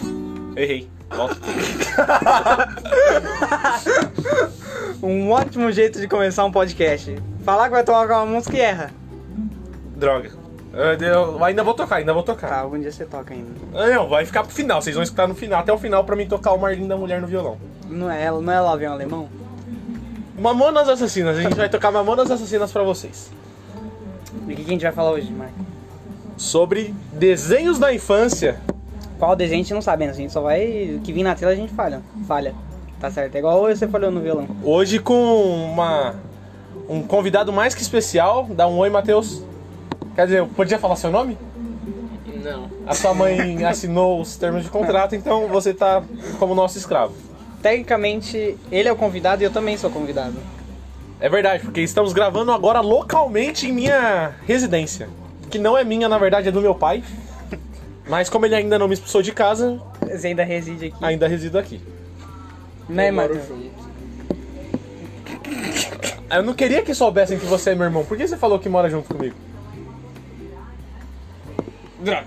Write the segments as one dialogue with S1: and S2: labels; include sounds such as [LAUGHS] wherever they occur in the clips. S1: Eu errei. Volta.
S2: Um ótimo jeito de começar um podcast. Falar que vai tocar uma música e erra.
S1: [LAUGHS] Droga. Eu- eu- ainda vou tocar, ainda vou
S2: Tá,
S1: tocar.
S2: algum dia você toca ainda.
S1: Ah, Não, vai ficar pro final. Vocês vão escutar no final, até o final, pra mim tocar o Marlin da Mulher no violão.
S2: Não é, não é Love é um alemão?
S1: Mamonas Assassinas. A gente vai tocar Mamonas Assassinas pra vocês.
S2: E o que que a gente vai falar hoje, Marco?
S1: Sobre desenhos da infância.
S2: Qual desenho a gente não sabe ainda, a gente só vai... O que vir na tela a gente falha. Falha. Tá certo, é igual você falhou no violão.
S1: Hoje com uma um convidado mais que especial. Dá um oi, Matheus. Quer dizer, eu podia falar seu nome?
S3: Não.
S1: A sua mãe assinou os termos de contrato, então você tá como nosso escravo.
S2: Tecnicamente, ele é o convidado e eu também sou convidado.
S1: É verdade, porque estamos gravando agora localmente em minha residência. Que não é minha, na verdade, é do meu pai. [LAUGHS] Mas como ele ainda não me expulsou de casa,
S2: Você ainda reside aqui.
S1: ainda resido aqui.
S2: Né,
S3: Eu moro
S2: Matheus?
S3: junto.
S1: Eu não queria que soubessem que você é meu irmão. Por que você falou que mora junto comigo?
S3: Droga.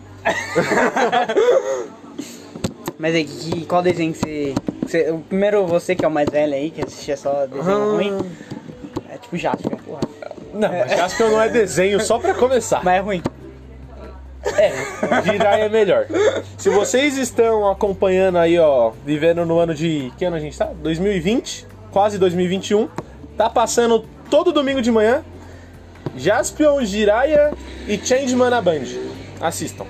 S2: Mas aí, que, qual desenho que você, que você- O primeiro você que é o mais velho aí, que assistia só desenho
S1: Ah.
S2: ruim. É tipo Jaspion, porra.
S1: Não, mas Jaspion não é desenho, só pra
S2: [LAUGHS]
S1: começar.
S2: Mas é ruim.
S1: Jirai é melhor. [LAUGHS] Se vocês estão acompanhando aí, ó, vivendo no ano de. Que ano a gente tá? 2020, quase 2021. Tá passando todo domingo de manhã. Jaspion, Jiraiya e Changeman na Band. Assistam.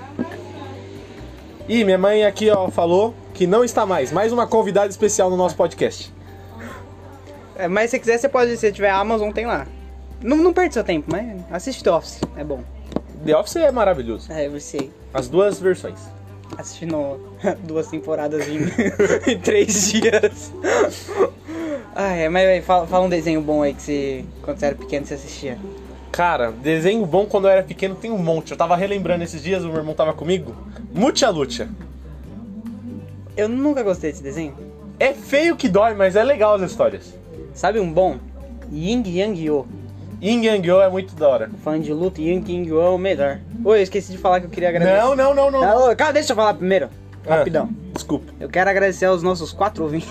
S1: E minha mãe aqui, ó, falou que não está mais. Mais uma convidada especial no nosso podcast.
S2: É, mas se quiser, você pode. Se tiver Amazon, tem lá. Não, não perde seu tempo, mas assiste The Office, é bom.
S1: The Office é maravilhoso.
S2: É, você
S1: As duas versões.
S2: assistindo [LAUGHS] duas temporadas em, [LAUGHS] em três dias. Ah, é, mas véi, fala, fala um desenho bom aí que você, quando você era pequeno, você assistia.
S1: Cara, desenho bom quando eu era pequeno tem um monte. Eu tava relembrando esses dias, o meu irmão tava comigo. Mucha Lucha.
S2: Eu nunca gostei desse desenho.
S1: É feio que dói, mas é legal as histórias.
S2: Sabe um bom? Ying Yang Yo.
S1: Yin Yang Yo é muito da hora.
S2: Fã de luta, Yang King Yo é o melhor. Oi, eu esqueci de falar que eu queria agradecer.
S1: Não, não, não, não.
S2: Ah, ô, calma, deixa eu falar primeiro.
S1: Ah,
S2: Rapidão.
S1: desculpa.
S2: Eu quero agradecer aos nossos quatro ouvintes.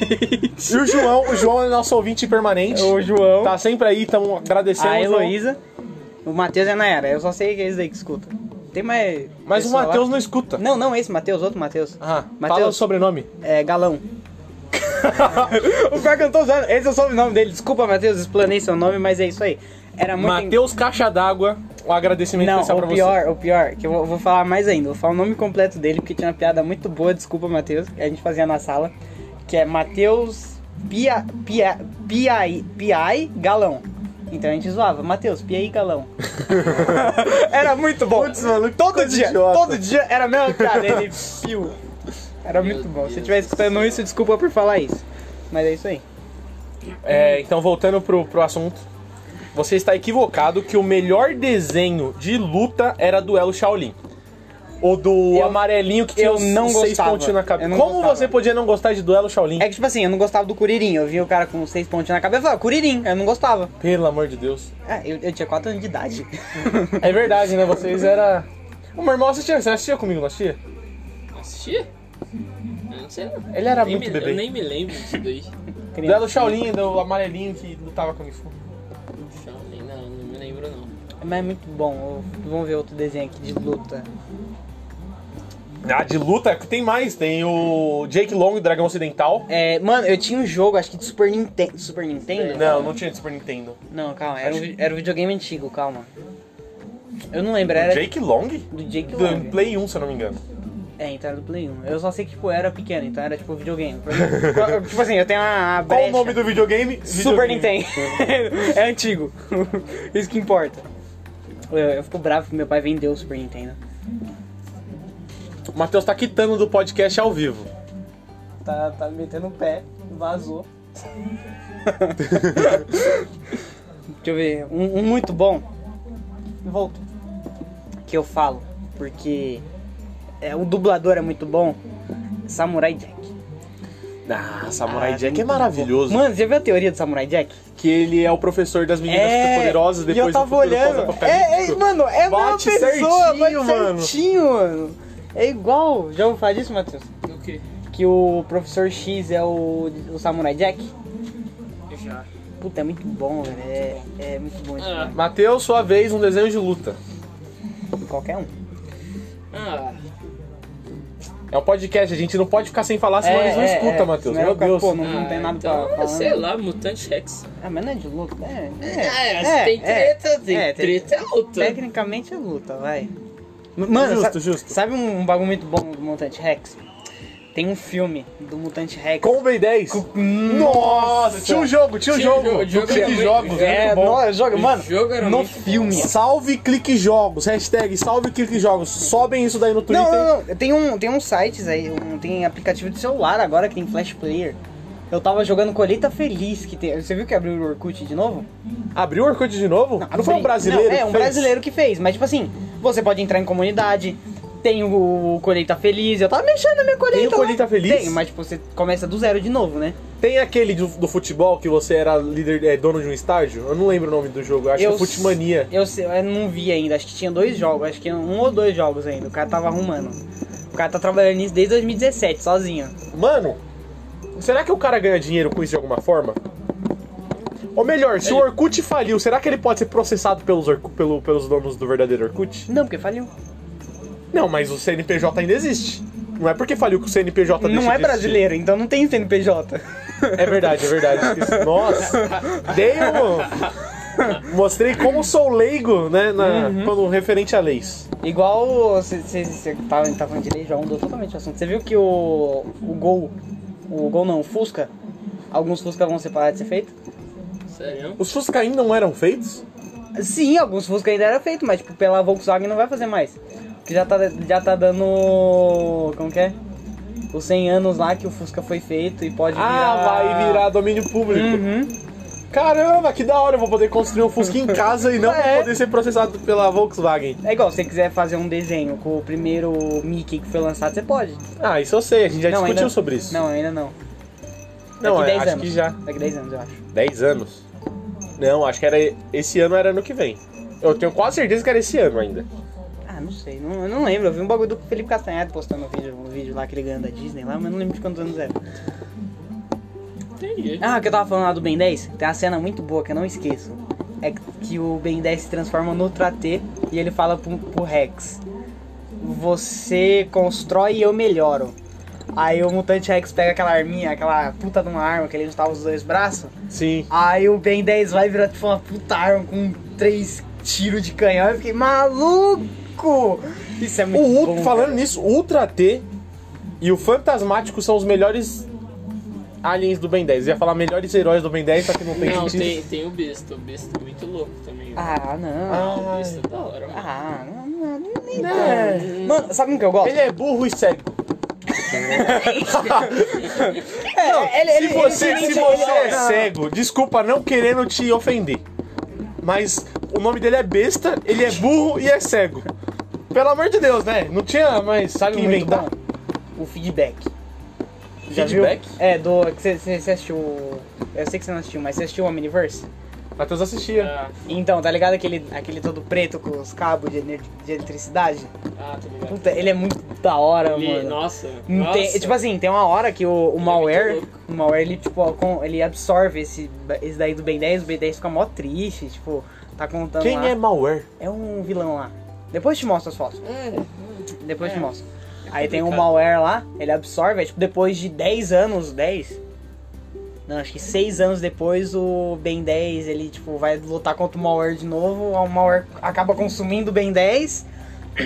S1: E o João, o João é nosso ouvinte permanente.
S2: João.
S1: Tá sempre aí, tamo agradecendo.
S2: a
S1: ao João.
S2: é um Ah, Heloísa, o Matheus e a Nayara. Eu só sei que é eles aí que escutam. Tem mais.
S1: Mas o
S2: pessoa lá?
S1: Matheus não escuta.
S2: Não, é- não, esse Matheus, outro Matheus.
S1: Ah, fala o
S2: Matheus.
S1: sobrenome.
S2: É, galão. [LAUGHS] o pior que eu não tô usando. Esse é o sobrenome dele. Desculpa, Matheus, explanei seu nome, mas é isso aí. Era muito.
S1: Matheus Caixa d'Água. Um agradecimento
S2: Não,
S1: especial
S2: o
S1: pra
S2: pior, o pior, que eu vou, vou falar mais ainda. Vou falar o nome completo dele, porque tinha uma piada muito boa, desculpa, Matheus, que a gente fazia na sala, que é Matheus Pia, Pia, Piai, Piai Galão. Então a gente zoava, Matheus, Piai Galão. era muito bom.
S1: Putz, maluco,
S2: todo
S1: coisa
S2: dia,
S1: idiota.
S2: todo dia era a mesma piada, ele piu. Era
S3: Meu
S2: muito bom. Se
S3: Deus
S2: estiver
S3: do
S2: escutando
S3: céu.
S2: isso, desculpa por falar isso. Mas é isso aí.
S1: você. É, então voltando pro, pro assunto. Você está equivocado que o melhor desenho de luta era Duelo Shaolin. Ou do
S2: Eu-
S1: amarelinho que tinha
S2: eu
S1: os
S2: não
S1: seis
S2: gostava.
S1: pontinhos na
S2: Eu
S1: cabeça.
S2: não
S1: Como
S2: gostava.
S1: você podia não gostar de Duelo Shaolin?
S2: É que, tipo assim, eu não gostava do Curirim. Eu via o cara com seis pontinhos na cabeça e falava, Curirim, eu não gostava.
S1: Pelo amor de Deus.
S2: Ah, eu, eu tinha 4 anos de idade.
S1: É verdade, né? Vocês era. O meu irmão assistia, você assistia comigo, não assistia?
S3: Assistia? Eu não sei não.
S1: Ele era
S3: nem
S1: muito
S3: me,
S1: bebê.
S3: Eu nem me lembro disso daí.
S1: Criança. Do Shaolin, do amarelinho que lutava com o Kung Fu.
S3: Shaolin, não, não me lembro não.
S2: Mas é muito bom. Ô, Vamos ver outro desenho aqui de luta.
S1: Ah, de luta tem mais. Tem o Jake Long, Dragão Ocidental.
S2: É, mano, eu tinha um jogo, acho que de Super Nintendo. Super Nintendo?
S1: Não, não tinha de Super Nintendo.
S2: Não, calma. Era um, vi- era um videogame antigo, calma. Eu não lembro, era
S1: Jake Long?
S2: do Jake
S1: Do
S2: Long.
S1: Play 1, se eu não me engano.
S2: É, então era do Play 1. Eu só sei que, tipo, eu era pequeno, então era, tipo, videogame. tipo assim, [LAUGHS] eu tenho a, a
S1: Qual
S2: brecha.
S1: o nome do videogame?
S2: [LAUGHS] Super
S1: Videogame.
S2: Nintendo. [LAUGHS] é antigo. Isso que importa. Eu, eu fico bravo que meu pai vendeu o Super Nintendo.
S1: O Matheus tá quitando do podcast ao vivo.
S2: Tá, tá metendo o pé, vazou. Deixa eu ver, um, um muito bom. Volto. Que eu falo, porque é, o dublador é muito bom. Samurai Jack.
S1: Ah, Samurai
S2: Ah,
S1: Jack é
S2: muito
S1: maravilhoso.
S2: Mano, você viu a teoria do Samurai Jack?
S1: Que ele é o professor das meninas poderosas depois
S2: É, e eu tava
S1: no futuro causa
S2: olhando. É,
S1: apocalipse.
S2: é, mano, é a mesma
S1: Bate
S2: pessoa,
S1: certinho,
S2: bate
S1: mano.
S2: certinho, mano. É igual. Já ouviu falar disso, Matheus?
S3: Eu quê?
S2: que o professor X é o, o Samurai Jack.
S3: Já.
S2: Puta, é muito bom, velho. É, é muito bom esse
S3: Ah.
S2: filme.
S1: Matheus, sua vez, um desenho de luta.
S2: Qualquer um.
S3: Ah,
S1: É um podcast, a gente não pode ficar sem falar, senão eles não escutam, Matheus.
S2: É, senão
S1: Meu
S2: eu fico,
S1: Deus.
S2: Pô, não, não tem nada
S3: então,
S2: pra falar. né?
S3: Sei lá, Mutante Rex.
S2: Ah, mas não é de luta. É,
S3: Ah, mas tem treta, tem treta, é luta.
S2: Tecnicamente é luta, vai. Mano,
S1: Justo,
S2: sa-
S1: justo.
S2: sabe um bagulho muito bom do Mutante Rex? Tem um filme do Mutante Rex.
S1: Com o Ben 10.
S2: hum,
S1: Nossa, tinha um jogo, tinha um
S3: Tinha um
S1: jogo.
S3: jogo,
S1: No
S3: jogo era
S1: Clique
S3: muito-
S1: Jogos,
S2: É,
S1: muito bom.
S2: nó- joga, mano,
S3: jogo era
S2: no
S3: muito bom.
S2: filme.
S1: Salve Clique Jogos, hashtag salve Clique Jogos. Sobem isso daí no Twitter.
S2: Não, não, não. Tem, um, tem uns sites aí, um- tem aplicativo de celular agora que tem Flash Player. Eu tava jogando Colheita Feliz, que tem. Você viu que abriu o Orkut de novo?
S1: Abriu o Orkut de novo? Não, foi um
S2: abri.
S1: brasileiro?
S2: Não, é,
S1: que fez?
S2: um brasileiro que fez. Mas, tipo assim, você pode entrar em comunidade, tem o Colheita Feliz. Eu tava mexendo na minha colheita.
S1: o
S2: lá.
S1: Colheita Feliz?
S2: Tem, mas tipo, você começa do zero de novo, né?
S1: Tem aquele do, do futebol que você era líder, é, dono de um estádio? Eu não lembro o nome do jogo, acho que é Futmania.
S2: Eu, sei- eu não vi ainda, acho que tinha dois jogos, acho que um ou dois jogos ainda. O cara tava arrumando. O cara tá trabalhando nisso desde 2017, sozinho.
S1: Mano, será que o cara ganha dinheiro com isso de alguma forma? Ou melhor, se o Orkut faliu, será que ele pode ser processado pelos, Orku- pelo- pelos donos do verdadeiro Orkut?
S2: Não, porque faliu.
S1: Não, mas o CNPJ ainda existe. Não é porque faliu que o CNPJ deixa
S2: Não é
S1: de existir.
S2: brasileiro, então não tem CNPJ.
S1: É verdade, é verdade.
S2: [LAUGHS]
S1: Esqueci. Nossa, dei um... Mostrei como sou leigo, né, na,
S2: Uhum.
S1: quando referente a leis.
S2: Igual você tava, tava tá, falando de lei, já mudou totalmente o assunto. Você viu que o, o Gol, o Gol não, o Fusca, alguns Fusca vão separar de ser feito?
S3: Sério?
S1: Os Fusca ainda não eram feitos?
S2: Sim, alguns Fusca ainda era feito, mas tipo, pela Volkswagen não vai fazer mais. Porque já tá, já tá dando. Como que é? Os 100 anos lá que o Fusca foi feito e pode
S1: Ah, vai virar domínio público.
S2: Uhum.
S1: Caramba, que da hora, eu vou poder construir um Fusca em casa e não
S2: [LAUGHS] É.
S1: vou poder ser processado pela Volkswagen.
S2: É igual, se você quiser fazer um desenho com o primeiro Mickey que foi lançado, você pode.
S1: Ah, isso eu sei, a gente já
S2: Não,
S1: discutiu
S2: ainda-
S1: sobre isso.
S2: Não, ainda não.
S1: Não,
S2: Daqui
S1: é,
S2: 10
S1: acho
S2: anos.
S1: que já.
S2: Daqui 10 anos, eu acho.
S1: 10 anos? Não, acho que era esse ano, era ano que vem. Eu tenho quase certeza que era esse ano ainda.
S2: Ah, não sei, não, eu não lembro. Eu vi um bagulho do Felipe Castanhari postando um vídeo, um vídeo lá que ele ganhou da Disney lá, mas não lembro de quantos anos era.
S3: Entendi.
S2: Ah, o que eu tava falando lá do Ben 10, tem uma cena muito boa que eu não esqueço. É que o Ben 10 se transforma no Tratê e ele fala pro, pro Rex: Você constrói e eu melhoro. Aí o mutante Rex pega aquela arminha, aquela puta de uma arma que ele juntava os dois braços.
S1: Sim.
S2: Aí o Ben 10 vai virar tipo uma puta arma com três tiros de canhão. Eu fiquei maluco! Isso é
S1: O
S2: muito
S1: Ultra,
S2: bom.
S1: falando
S2: cara.
S1: nisso, o Ultra T e o Fantasmático são os melhores aliens do Ben 10. Eu ia falar melhores heróis do Ben 10, só que não tem
S3: Não,
S1: sentido.
S3: tem, tem o besta, o besta é muito louco também.
S2: Ah, não.
S1: Ah,
S3: o besta é da hora, mano.
S2: Ah, não, não, não, nem tanto. Mano, sabe um que eu gosto?
S1: ele é burro e cego.
S2: É, ele,
S1: se você, se
S2: ele-
S1: você
S2: ele-
S1: é cego, desculpa não querendo te ofender. Mas o nome dele é besta, ele é burro e é cego. Pelo amor de Deus, né? Não tinha mais
S2: Sabe
S1: que
S2: um muito
S1: inventar.
S2: bom? O feedback. Já
S1: Feedback?
S2: viu? É, do. que Você você- você assistiu. Eu sei que você não assistiu, mas você assistiu o Omniverse?
S1: Matheus assistia.
S3: Ah,
S2: Então, tá ligado aquele, aquele todo preto com os cabos de, ener- de eletricidade?
S3: ah, tá ligado.
S2: Puta, ele é muito da hora,
S3: Ele-
S2: mano.
S3: nossa,
S2: Não tem-
S3: nossa. é
S2: tipo assim, tem uma hora que o, o malware,
S3: muito
S2: o
S3: louco.
S2: malware ele, tipo, com- ele absorve esse, esse daí do Ben 10, o Ben 10 fica mó triste, tipo, tá contando
S1: Quem
S2: lá.
S1: é malware?
S2: É um vilão lá. Depois te mostro as fotos. Depois te mostro. Aí tem um
S3: É. complicado.
S2: malware lá, ele absorve, aí, tipo, depois de 10 anos, 10? Não, acho que 6 anos depois o Ben 10, ele, tipo, vai lutar contra o malware de novo, o malware acaba consumindo o Ben 10, [CLEARS THROAT]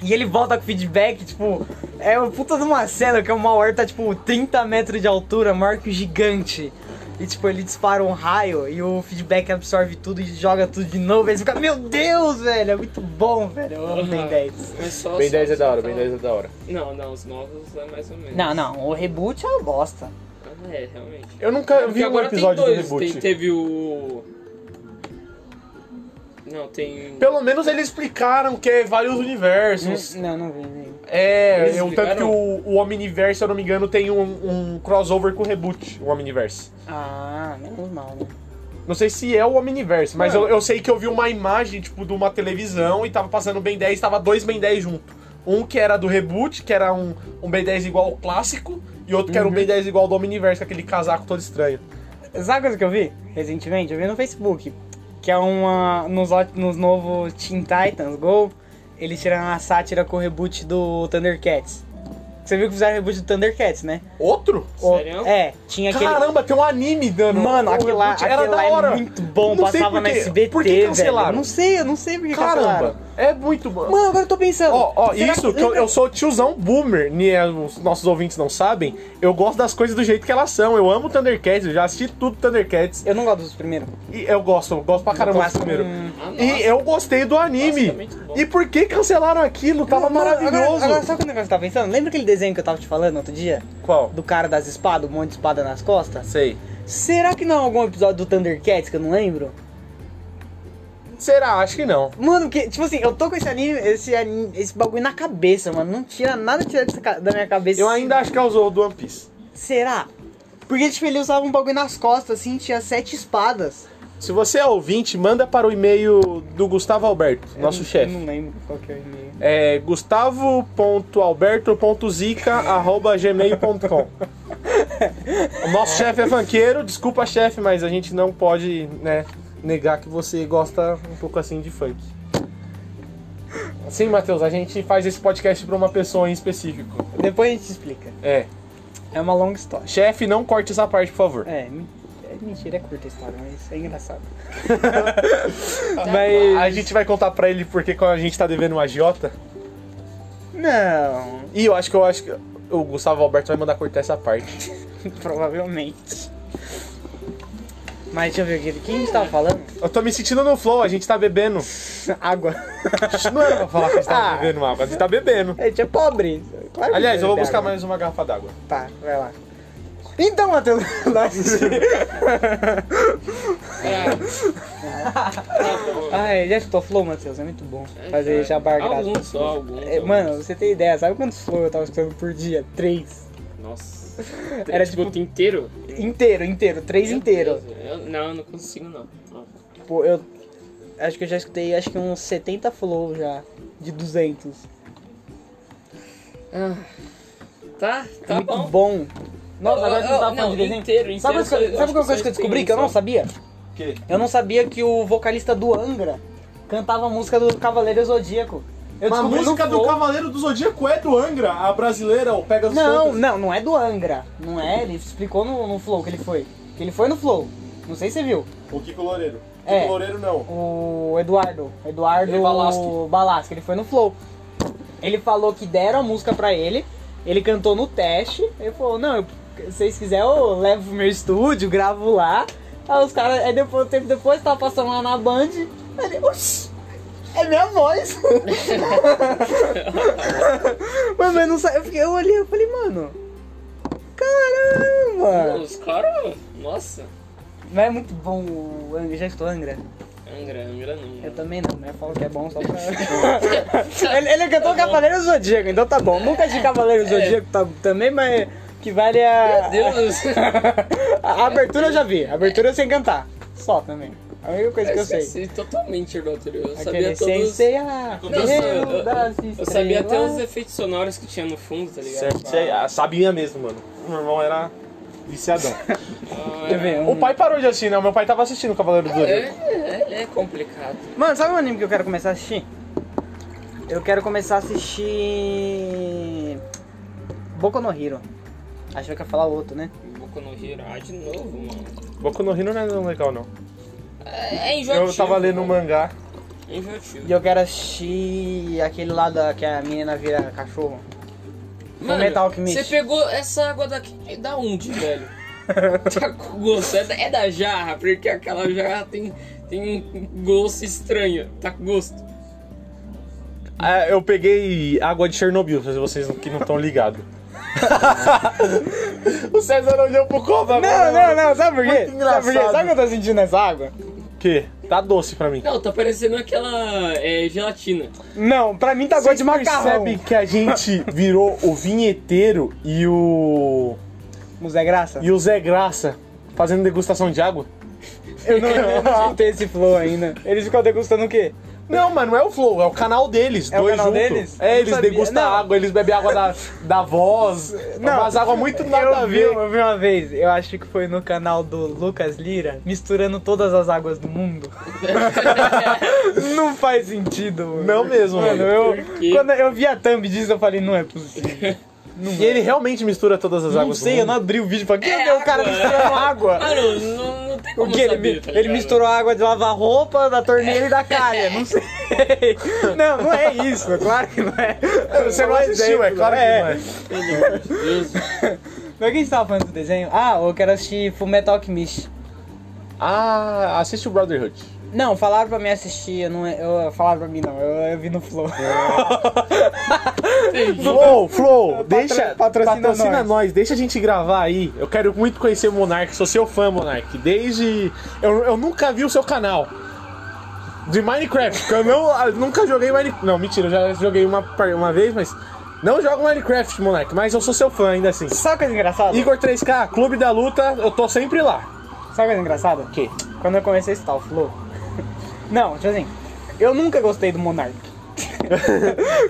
S2: e ele volta com feedback, tipo, é uma puta de uma cena que o malware tá, tipo, 30 metros de altura, maior que o gigante. E, tipo, ele dispara um raio e o feedback absorve tudo e joga tudo de novo. E eles ficam, meu Deus, velho, é muito bom, velho. Eu amo Ben
S3: Aham.
S2: 10.
S3: Mas só-
S1: Ben 10
S3: só-
S1: é da hora,
S3: só-
S1: Ben 10 é da hora.
S3: Não, não, os novos é mais ou menos.
S2: Não, não, o reboot é uma bosta.
S3: Ah, É, realmente.
S1: Eu nunca
S3: Porque
S1: vi um
S3: agora
S1: episódio
S3: tem
S1: do
S3: dois.
S1: reboot.
S3: Tem, teve o. Não, tem.
S1: Pelo menos eles explicaram que é vários universos.
S2: Não, não vi. Nem.
S1: É,
S3: Hum. Eles
S1: eu, tanto que
S3: explicaram?
S1: o, o Omniverse, se eu não me engano, tem um, um crossover com o reboot, o Omniverse.
S2: Ah, menos mal, né?
S1: Não sei se é o Omniverse, mas
S2: Não.
S1: eu, eu sei que eu vi uma imagem, tipo, de uma televisão e tava passando o Ben 10, tava dois Ben 10 junto. Um que era do reboot, que era um, um B10 igual ao clássico, e outro
S2: Uhum.
S1: que era um B10 igual ao do Omniverse, com aquele casaco todo estranho.
S2: Sabe a coisa que eu vi recentemente? Eu vi no Facebook. Que é uma. Nos, ó- nos novos Teen Titans Go, eles tiraram a sátira com o reboot do Thundercats. Você viu que fizeram o reboot do Thundercats, né?
S1: Outro?
S2: O-
S3: Sério?
S2: é, tinha aquele.
S1: Caramba, tem um anime dando.
S2: Mano,
S1: o
S2: aquilo lá,
S1: reboot. era
S2: aquilo lá
S1: da hora.
S2: é muito bom,
S1: Não sei por
S2: passava no
S1: quê.
S2: SBT,
S1: Por que
S2: velho.
S1: cancelaram?
S2: Eu Não sei, eu não sei porque cancelaram.
S1: Caramba, é muito bom.
S2: Mano, agora eu tô pensando.
S1: Ó, ó,
S2: será
S1: isso que eu,
S2: lembra-
S1: eu sou tiozão boomer, né, os nossos ouvintes não sabem. Eu gosto das coisas do jeito que elas são. Eu amo Thundercats, eu já assisti tudo Thundercats.
S2: Eu não gosto dos primeiros.
S1: E eu gosto, eu gosto pra caramba desse
S2: clássico,
S1: primeiro.
S2: hum.
S3: Ah, nossa.
S1: E eu gostei do
S3: Nossa, é
S1: anime.
S3: muito bom.
S1: e por que cancelaram aquilo? Tava
S2: Mano, agora-
S1: maravilhoso.
S2: Agora, sabe o negócio que eu tava pensando? Lembra aquele desenho que eu tava te falando outro dia?
S1: Qual?
S2: Do cara das espadas, um monte de espada nas costas?
S1: Sei.
S2: Será que não é algum episódio do Thundercats que eu não lembro?
S1: Será? Acho que não.
S2: Mano, que, tipo assim, eu tô com esse anime, esse, anime- esse bagulho na cabeça, mano. Não tira nada tira dessa ca- da minha cabeça.
S1: Eu ainda acho que é o Zorro do One Piece.
S2: Será? Porque, tipo, ele usava um bagulho nas costas, assim, tinha sete espadas.
S1: Se você é ouvinte, manda para o e-mail do Gustavo Alberto, nosso
S2: Eu não-
S1: chefe.
S2: eu Não lembro qual que é o e-mail.
S1: É gustavo.alberto.zica.gmail.com O nosso chefe é funkeiro, desculpa chefe, mas a gente não pode, né, negar que você gosta um pouco assim de funk. Sim, Matheus, a gente faz esse podcast pra uma pessoa em específico.
S2: Depois a gente explica.
S1: É.
S2: É uma longa história.
S1: Chefe, não corte essa parte, por favor.
S2: [LAUGHS] É, men- é mentira, é curta a história, mas é engraçado.
S1: A
S2: mas.
S1: gente vai contar pra ele porque quando a gente tá devendo um agiota.
S2: Não,
S1: E eu acho que eu acho que o Gustavo Alberto vai mandar cortar essa parte.
S2: provavelmente. Mas deixa eu ver o que, que a gente tava falando.
S1: Eu tô me sentindo no flow, a gente tá bebendo. [LAUGHS]
S2: Água.
S1: Não era pra falar que a gente tava
S2: Ah.
S1: bebendo água, a gente tá bebendo.
S2: A gente é pobre. Claro que
S1: Aliás, eu vou
S2: bebe
S1: buscar
S2: água.
S1: mais uma garrafa d'água.
S2: Tá, vai lá. Então, Matheus, [LAUGHS] nós-
S1: [LAUGHS]
S3: Tá
S2: Ai, Ah, já escutou flow, Matheus? É muito bom fazer jabá grátis.
S3: Alguns só, alguns.
S2: É,
S3: alguns.
S2: Mano, você tem ideia, sabe quantos flow eu tava escutando por dia? Três.
S3: Nossa.
S2: Era
S3: Era tipo
S2: tipo-
S3: inteiro?
S2: Inteiro, inteiro, três inteiro.
S3: Meu Deus, eu- não, eu não consigo não. Ó,
S2: Pô, eu acho que eu já escutei acho que uns 70 flow já, de 200.
S3: Tá, tá
S2: Muito
S3: bom.
S2: bom. Nossa,
S3: Eu-
S2: agora que eu tava
S3: eu-
S2: falando
S3: não,
S2: de desenho.
S3: inteiro,
S2: sabe
S3: inteiro,
S2: sabe
S3: eu
S2: sabe
S3: acho
S2: qual
S3: que
S2: coisa que
S3: só
S2: eu descobri
S3: escutei
S2: que eu não
S3: só.
S2: sabia?
S1: Que?
S2: Eu não sabia que o vocalista do Angra cantava a música do Cavaleiro Zodíaco. Eu
S1: Mas a
S2: descobri no
S1: música é do
S2: Flow.
S1: Cavaleiro do Zodíaco é do Angra, a brasileira, o Pegasus.
S2: Não,
S1: Santos.
S2: não, não é do Angra. Não é, ele explicou no, no Flow que ele foi. Que ele foi no Flow. Não sei se você viu.
S1: O Kiko Loureiro. Kiko
S2: É.
S1: Loureiro não.
S2: O Eduardo. Eduardo
S3: Ele é Balaschi.
S2: Balaschi, ele foi no Flow. Ele falou que deram a música pra ele, ele cantou no teste, ele falou, não, eu- se vocês quiserem eu levo pro meu estúdio, gravo lá. Aí os caras, aí depois, um tempo depois, tava passando lá na Band, aí ele, oxi, é minha voz. [LAUGHS] Mas, mas não sa- eu, fiquei, eu olhei, eu falei, mano,
S3: Não,
S2: caramba.
S3: Os caras, nossa.
S2: Mas é muito bom o Angra, já estou Angra?
S3: Angra, Angra não.
S2: [LAUGHS] Eu também não, mas eu falo que é bom só
S3: [LAUGHS]
S2: pra. [LAUGHS] ele, ele
S3: Tá
S2: cantou Cavaleiro Zodíaco, então tá bom. Nunca de Cavaleiro Zodíaco tá- também, mas o que vale a.
S3: É. Meu Deus.
S2: a abertura eu já vi. A abertura eu sei cantar. Só também. A única coisa
S3: Eu
S2: que eu sei.
S3: esqueci totalmente do anterior. Eu
S2: Aquele ah,
S3: sabia
S2: sem
S3: todos...
S2: ser a
S3: Não, eu,
S2: guerreiro
S3: eu- eu-
S2: das
S3: eu sabia até os
S2: estrelas.
S3: efeitos sonoros que tinha no fundo, tá ligado?
S1: Certo, sei, ah, sabia mesmo, mano. O meu irmão era viciadão.
S3: Ah,
S2: Quer ver?
S1: o
S2: Um...
S1: pai parou de assistir, né? O meu pai tava assistindo o Cavaleiro do Zodíaco.
S3: é, ele é complicado.
S2: Mano, sabe um anime que eu quero começar a assistir? Eu quero começar a assistir. Boku no Hero. Achei que ia falar outro, né?
S3: Boku no Hero, ah, de novo, mano.
S1: Boku no Hero não é tão legal, não.
S3: É, é enjoativo.
S1: Eu tava lendo um
S3: mano.
S1: mangá.
S3: É enjoativo.
S2: E eu quero assistir aquele lá da, que a menina vira cachorro.
S3: Mano,
S2: Fullmetal Alchemist.
S3: Você pegou essa água daqui É da onde, velho? tá com gosto. É da, é da jarra, porque aquela jarra tem, tem um gosto estranho. Tá com gosto.
S1: Ah, eu peguei água de Chernobyl, se vocês que não estão ligados. [LAUGHS] o César olhou pro copo né?
S2: Não, não, não, sabe por quê?
S1: Muito
S2: Sabe por quê?
S1: engraçado.
S2: Sabe o que eu tô sentindo nessa água?
S1: Que? Tá doce pra mim.
S3: Não, tá parecendo aquela é, gelatina.
S2: Não, pra mim tá gosto de macarrão.
S1: Percebe que a gente virou o vinheteiro e o.
S2: Mas é graça?
S1: e o Zé Graça fazendo degustação de água?
S2: [LAUGHS] Eu não, eu não escutei esse flow ainda. Eles ficam degustando o quê?
S1: Não, mas não é o Flow, é o canal deles,
S2: É o
S1: dois
S2: canal
S1: juntos.
S2: deles? Eu
S1: É,
S2: não
S1: eles
S2: sabia.
S1: degustam
S2: Não.
S1: água, eles bebem água da, da voz. Não, mas água muito nada
S2: eu
S1: a
S2: vi,
S1: ver.
S2: Eu vi uma vez, eu acho que foi no canal do Lucas Lira, misturando todas as águas do [LAUGHS] mundo. não faz sentido. mano.
S1: Não mesmo,
S2: Mano,
S1: mano.
S2: eu,
S3: Por quê?
S2: quando eu vi a thumb disso, eu falei, não é possível. Não,
S1: E ele realmente mistura todas as
S2: não
S1: águas. do
S2: sei, eu
S1: mundo.
S2: não abri o vídeo pra quem
S3: É
S2: é o cara
S3: água.
S2: misturando água.
S3: Mano, não, não tem
S2: O
S3: como
S2: que? Ele,
S3: saber,
S2: mi-
S3: tá
S2: ele
S3: ligado?
S2: misturou água de lavar roupa, da torneira e da calha. Não [LAUGHS] sei. Não, não é isso. é Claro que não é.
S1: Você
S2: Só
S1: não
S2: um
S1: assistiu, é
S2: exemplo,
S1: claro que não é.
S3: Pelo amor de Deus.
S2: Mas quem estava falando do desenho? Ah, eu quero assistir Fullmetal Alchemist.
S1: Ah, assiste o Brotherhood. [LAUGHS]
S2: Não, falaram pra mim assistir, eu não... Eu, falaram pra mim não, eu, eu vi no [LAUGHS] Flow.
S3: Entendi.
S1: Flow, Flow,
S2: Patra-
S1: deixa.
S2: patrocina
S1: patrocina
S2: nós.
S1: deixa a gente gravar aí. Eu quero muito conhecer o Monark, sou seu fã, Monark. Desde. Eu, eu nunca vi o seu canal. De Minecraft, porque eu não, eu nunca joguei Minecraft. Não, mentira, eu já joguei uma, par- uma vez, mas. Não jogo Minecraft, Monark, mas eu sou seu fã ainda assim.
S2: Sabe coisa engraçada?
S1: Igor 3K, Clube da Luta, eu tô sempre lá.
S2: Sabe coisa engraçada?
S1: quê?
S2: Quando eu comecei a estar o Flow... Não, tipo assim, eu nunca gostei
S1: [LAUGHS]
S2: do Monark.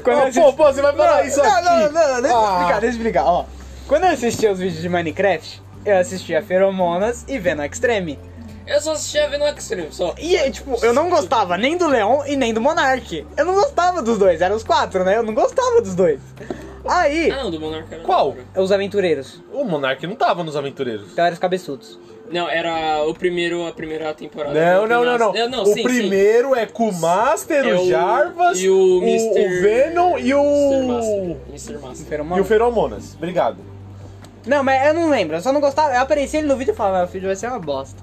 S2: Quando eu
S1: Não,
S2: assisti-
S1: Ah, pô, pô, você vai falar isso
S2: não,
S1: aqui.
S2: Não, não, não, deixa eu
S1: Ah.
S2: explicar, deixa eu explicar, ó. Quando eu assistia os vídeos de Minecraft, eu assistia Feromonas e Venom Extreme.
S3: Eu só assistia vendo o Extreme, só.
S2: E, aí, tipo, eu não gostava nem do Leon e nem do Monark. Eu não gostava dos dois, eram os quatro, né? Eu não gostava dos dois. Aí,
S3: Ah, não, do Monarca era
S1: Qual?
S3: da hora.
S2: os aventureiros.
S1: O Monark não tava nos aventureiros.
S2: Então eram os cabeçudos.
S3: Não, era o primeiro, a primeira temporada.
S1: Não, não, não, não.
S3: Eu, não
S1: o
S3: sim,
S1: primeiro é com o Master,
S3: É
S1: o
S3: o-
S1: Jarvas,
S3: e o Mr.
S1: o Venom e
S3: sim.
S1: o.
S3: Mr. Master. Mr. Master.
S1: E o
S2: Feromonas.
S1: Feromonas. Obrigado.
S2: Não, mas eu não lembro, eu só não gostava. Eu aparecia ele no vídeo e falava, meu filho vai ser uma bosta.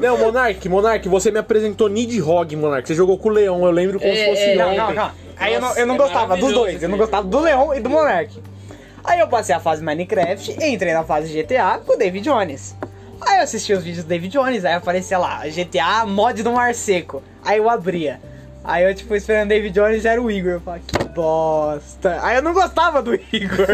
S1: Não, Monark, Monark, você me apresentou Nidhogg, Monark. Você jogou com o Leão, eu lembro
S2: 哎
S1: como se
S3: É,
S1: fosse
S3: é,
S2: Não,
S1: ontem.
S2: não, calma. Aí eu não,
S3: Nossa,
S2: eu não
S3: é
S2: gostava dos dois. Eu não
S3: maravilhoso,
S2: gostava do Leon e do Monark. Aí eu passei a fase Minecraft, entrei na fase GTA com o David Jones. Aí eu assisti os vídeos do David Jones, aí aparecia lá, GTA mod do Mar Seco. Aí eu abria. Aí eu, tipo, esperando David Jones era o Igor. Eu falava, que bosta. Aí eu não gostava do [LAUGHS] Igor.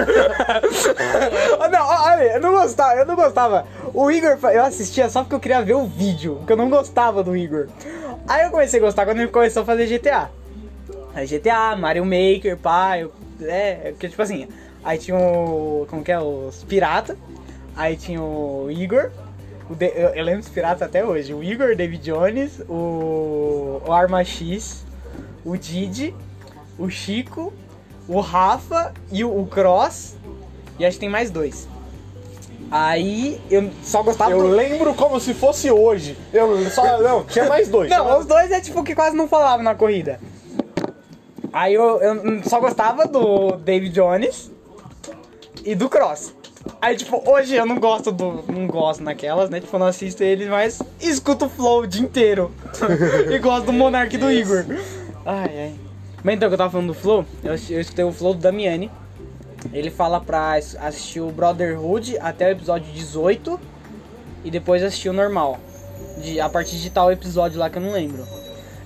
S2: Ah, não, ó, olha, eu não gostava, eu não gostava. O Igor, fa- eu assistia só porque eu queria ver o vídeo, porque eu não gostava do Igor. Aí eu comecei a gostar quando ele começou a fazer GTA. Aí GTA, Mario Maker, pá, eu, é, porque tipo assim, aí tinha o, como que é, os pirata, aí tinha o Igor, o Da- eu, eu lembro dos piratas até hoje, o Igor, o David Jones, o, o Arma X, o Didi, o Chico, o Rafa e o, o Cross, e acho que tem mais dois. Aí eu só gostava
S1: Eu
S2: do...
S1: lembro como se fosse hoje. Eu só. Não, tinha mais dois. Tinha
S2: Não,
S1: mais-
S2: os dois é tipo que quase não falavam na corrida. Aí eu, eu n- só gostava do David Jones e do Cross. Aí, tipo, hoje eu não gosto do. Não gosto naquelas, né? Tipo, eu não assisto eles, mas escuto o Flow o dia inteiro. [LAUGHS] e gosto do Monark e do Igor. Ai, ai. Mas então, que eu tava falando do Flow, eu, assisti- eu escutei o Flow do Damiani. Ele fala pra as- assistir o Brotherhood até o episódio 18 e depois assistir o normal. De, a partir de tal episódio lá que eu não lembro.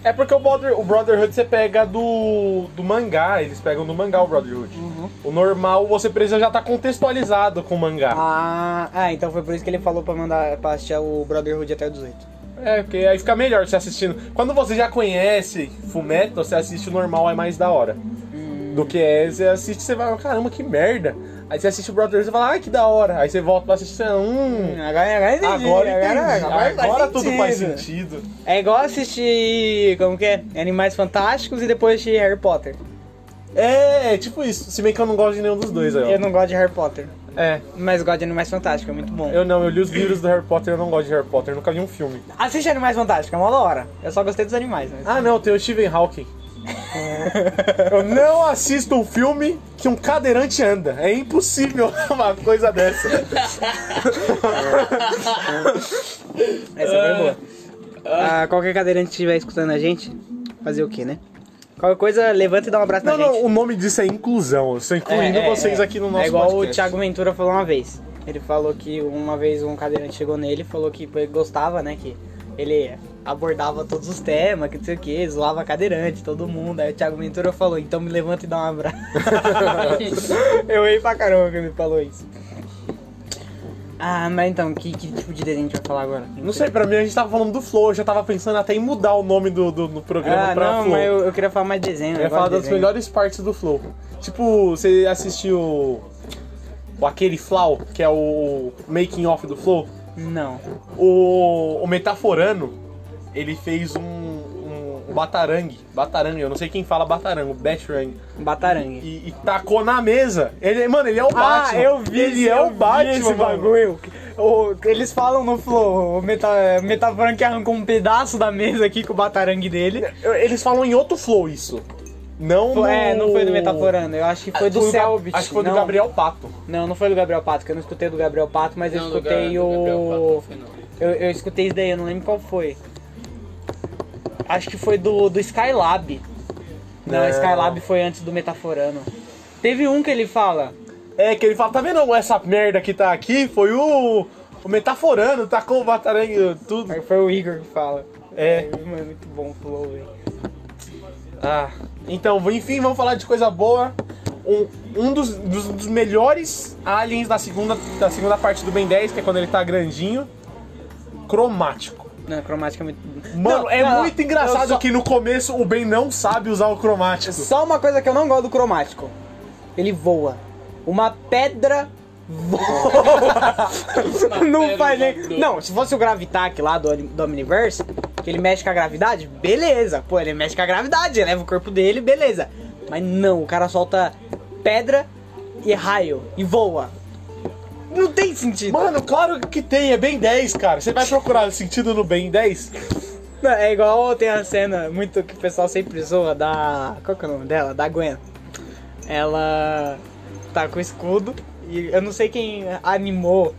S1: É porque o, Brother- o Brotherhood você pega do, do mangá, eles pegam do mangá o Brotherhood.
S3: Uhum.
S1: O normal você precisa já estar contextualizado com o mangá.
S2: Ah, ah, então foi por isso que ele falou pra mandar pra assistir o Brotherhood até o 18.
S1: É, porque aí fica melhor você assistindo. Quando você já conhece Fumetto, você assiste o normal, é mais da hora. Do que é, você assiste você vai, caramba, que merda. Aí você assiste o Brotherhood e fala, ai, que da hora. Aí você volta pra assistir, hum,
S2: Agora, agora entendi.
S1: agora entendi. Agora,
S2: faz
S1: tudo faz sentido.
S2: É igual assistir. Como que é? Animais Fantásticos e depois assistir Harry Potter.
S1: É, tipo isso. Se bem que eu não gosto de nenhum dos dois, aí, ó.
S2: Eu não gosto de Harry Potter,
S1: É,
S2: mas gosto de Animais Fantásticos, é muito bom.
S1: eu não, eu li os livros do Harry Potter, eu não gosto de Harry Potter, eu nunca vi um filme.
S2: Assiste Animais Fantásticos, é uma da hora. Eu só gostei dos animais, mas.
S1: Ah, não, tem o Stephen Hawking. Eu não assisto um filme que um cadeirante anda. É impossível [LAUGHS] uma coisa dessa.
S2: Essa foi boa. Ah, qualquer cadeirante que estiver escutando a gente, fazer o quê, né? Qualquer coisa, levanta e dá um abraço
S1: Não,
S2: na gente.
S1: não, o nome disso é inclusão. Eu estou incluindo
S2: É, é,
S1: vocês
S2: é.
S1: aqui no nosso
S2: É igual o
S1: podcast.
S2: Thiago Ventura falou uma vez. Ele falou que uma vez um cadeirante chegou nele e falou que ele gostava, né? Que ele abordava todos os temas, que não sei o que, zoava cadeirante, todo mundo. Aí o Thiago Ventura falou, então me levanta e dá um
S1: [LAUGHS]
S2: abraço. Eu ri pra caramba que ele falou isso. Ah, mas então, que, que tipo de desenho a gente vai falar agora?
S1: Não sei, pra mim a gente tava falando do Flow, eu já tava pensando até em mudar o nome do, do, do programa
S2: Ah,
S1: pra
S2: não,
S1: Flow.
S2: mas eu, eu queria falar mais de desenho.
S1: Eu ia
S2: gosto
S1: falar
S2: de
S1: das
S2: desenho.
S1: melhores partes do Flow. Tipo, você assistiu o aquele Flow, que é o making off do Flow,
S2: Não.
S1: o, o Metaforano, ele fez um, um, um batarangue. Batarangue, eu não sei quem fala batarangue, Batarang.
S2: Batarangue.
S1: E, e tacou na mesa. Ele, mano, ele é o Batman. Ele é
S2: Ah, eu
S1: o
S2: vi
S1: Batman,
S2: esse
S1: mano.
S2: bagulho. O- eles falam no flow, o meta, Metaforan que arrancou um pedaço da mesa aqui com o batarangue dele.
S1: Eu- Eles falam em outro flow isso. Não no...
S2: É, não foi do Metaforando, eu acho que foi do
S1: Ga-
S2: Selbit.
S1: Acho que foi
S2: não,
S1: do Gabriel Pato.
S2: Não, não foi do Gabriel Pato, que eu não escutei do Gabriel Pato, mas eu
S3: Não, do
S2: escutei
S3: Ga- do Gabriel Pato
S2: o.
S3: não foi, não.
S2: Eu, eu escutei isso daí, eu não lembro qual foi. Acho que foi do, do Skylab. Não,
S1: Não.
S2: Skylab foi antes do Metaforano. Teve um que ele fala.
S1: É, que ele fala, tá vendo essa merda que tá aqui? Foi o... O Metaforano, tacou o Batarangue, tudo.
S2: Aí Foi o Igor que fala.
S1: É.
S2: Mano, muito bom o flow, velho.
S1: Ah, então, enfim, vamos falar de coisa boa. Um, um dos, dos- dos melhores aliens da segunda, da segunda parte do Ben 10, que é quando ele tá grandinho. Cromático.
S2: Não, cromática é muito.
S1: Mano,
S2: Não,
S1: é
S2: não,
S1: muito
S2: não,
S1: engraçado
S2: só-
S1: que no começo o Ben não sabe usar o cromático.
S2: Só uma coisa que eu não gosto do cromático. Ele voa. Uma pedra voa. não
S3: pedra
S2: faz nem.
S3: voadora.
S2: Não, se fosse o Gravitac lá do, do Omniverse, que ele mexe com a gravidade, beleza. Pô, ele mexe com a gravidade, eleva o corpo dele, beleza. Mas não, o cara solta pedra e raio e voa. Não tem sentido.
S1: Mano, claro que tem, é Ben 10, cara. Você vai procurar sentido no Ben 10?
S2: Não, é igual tem a cena muito que o pessoal sempre zoa da. Qual que é o nome dela? Da Gwen. Ela tá com o escudo e eu não sei quem animou.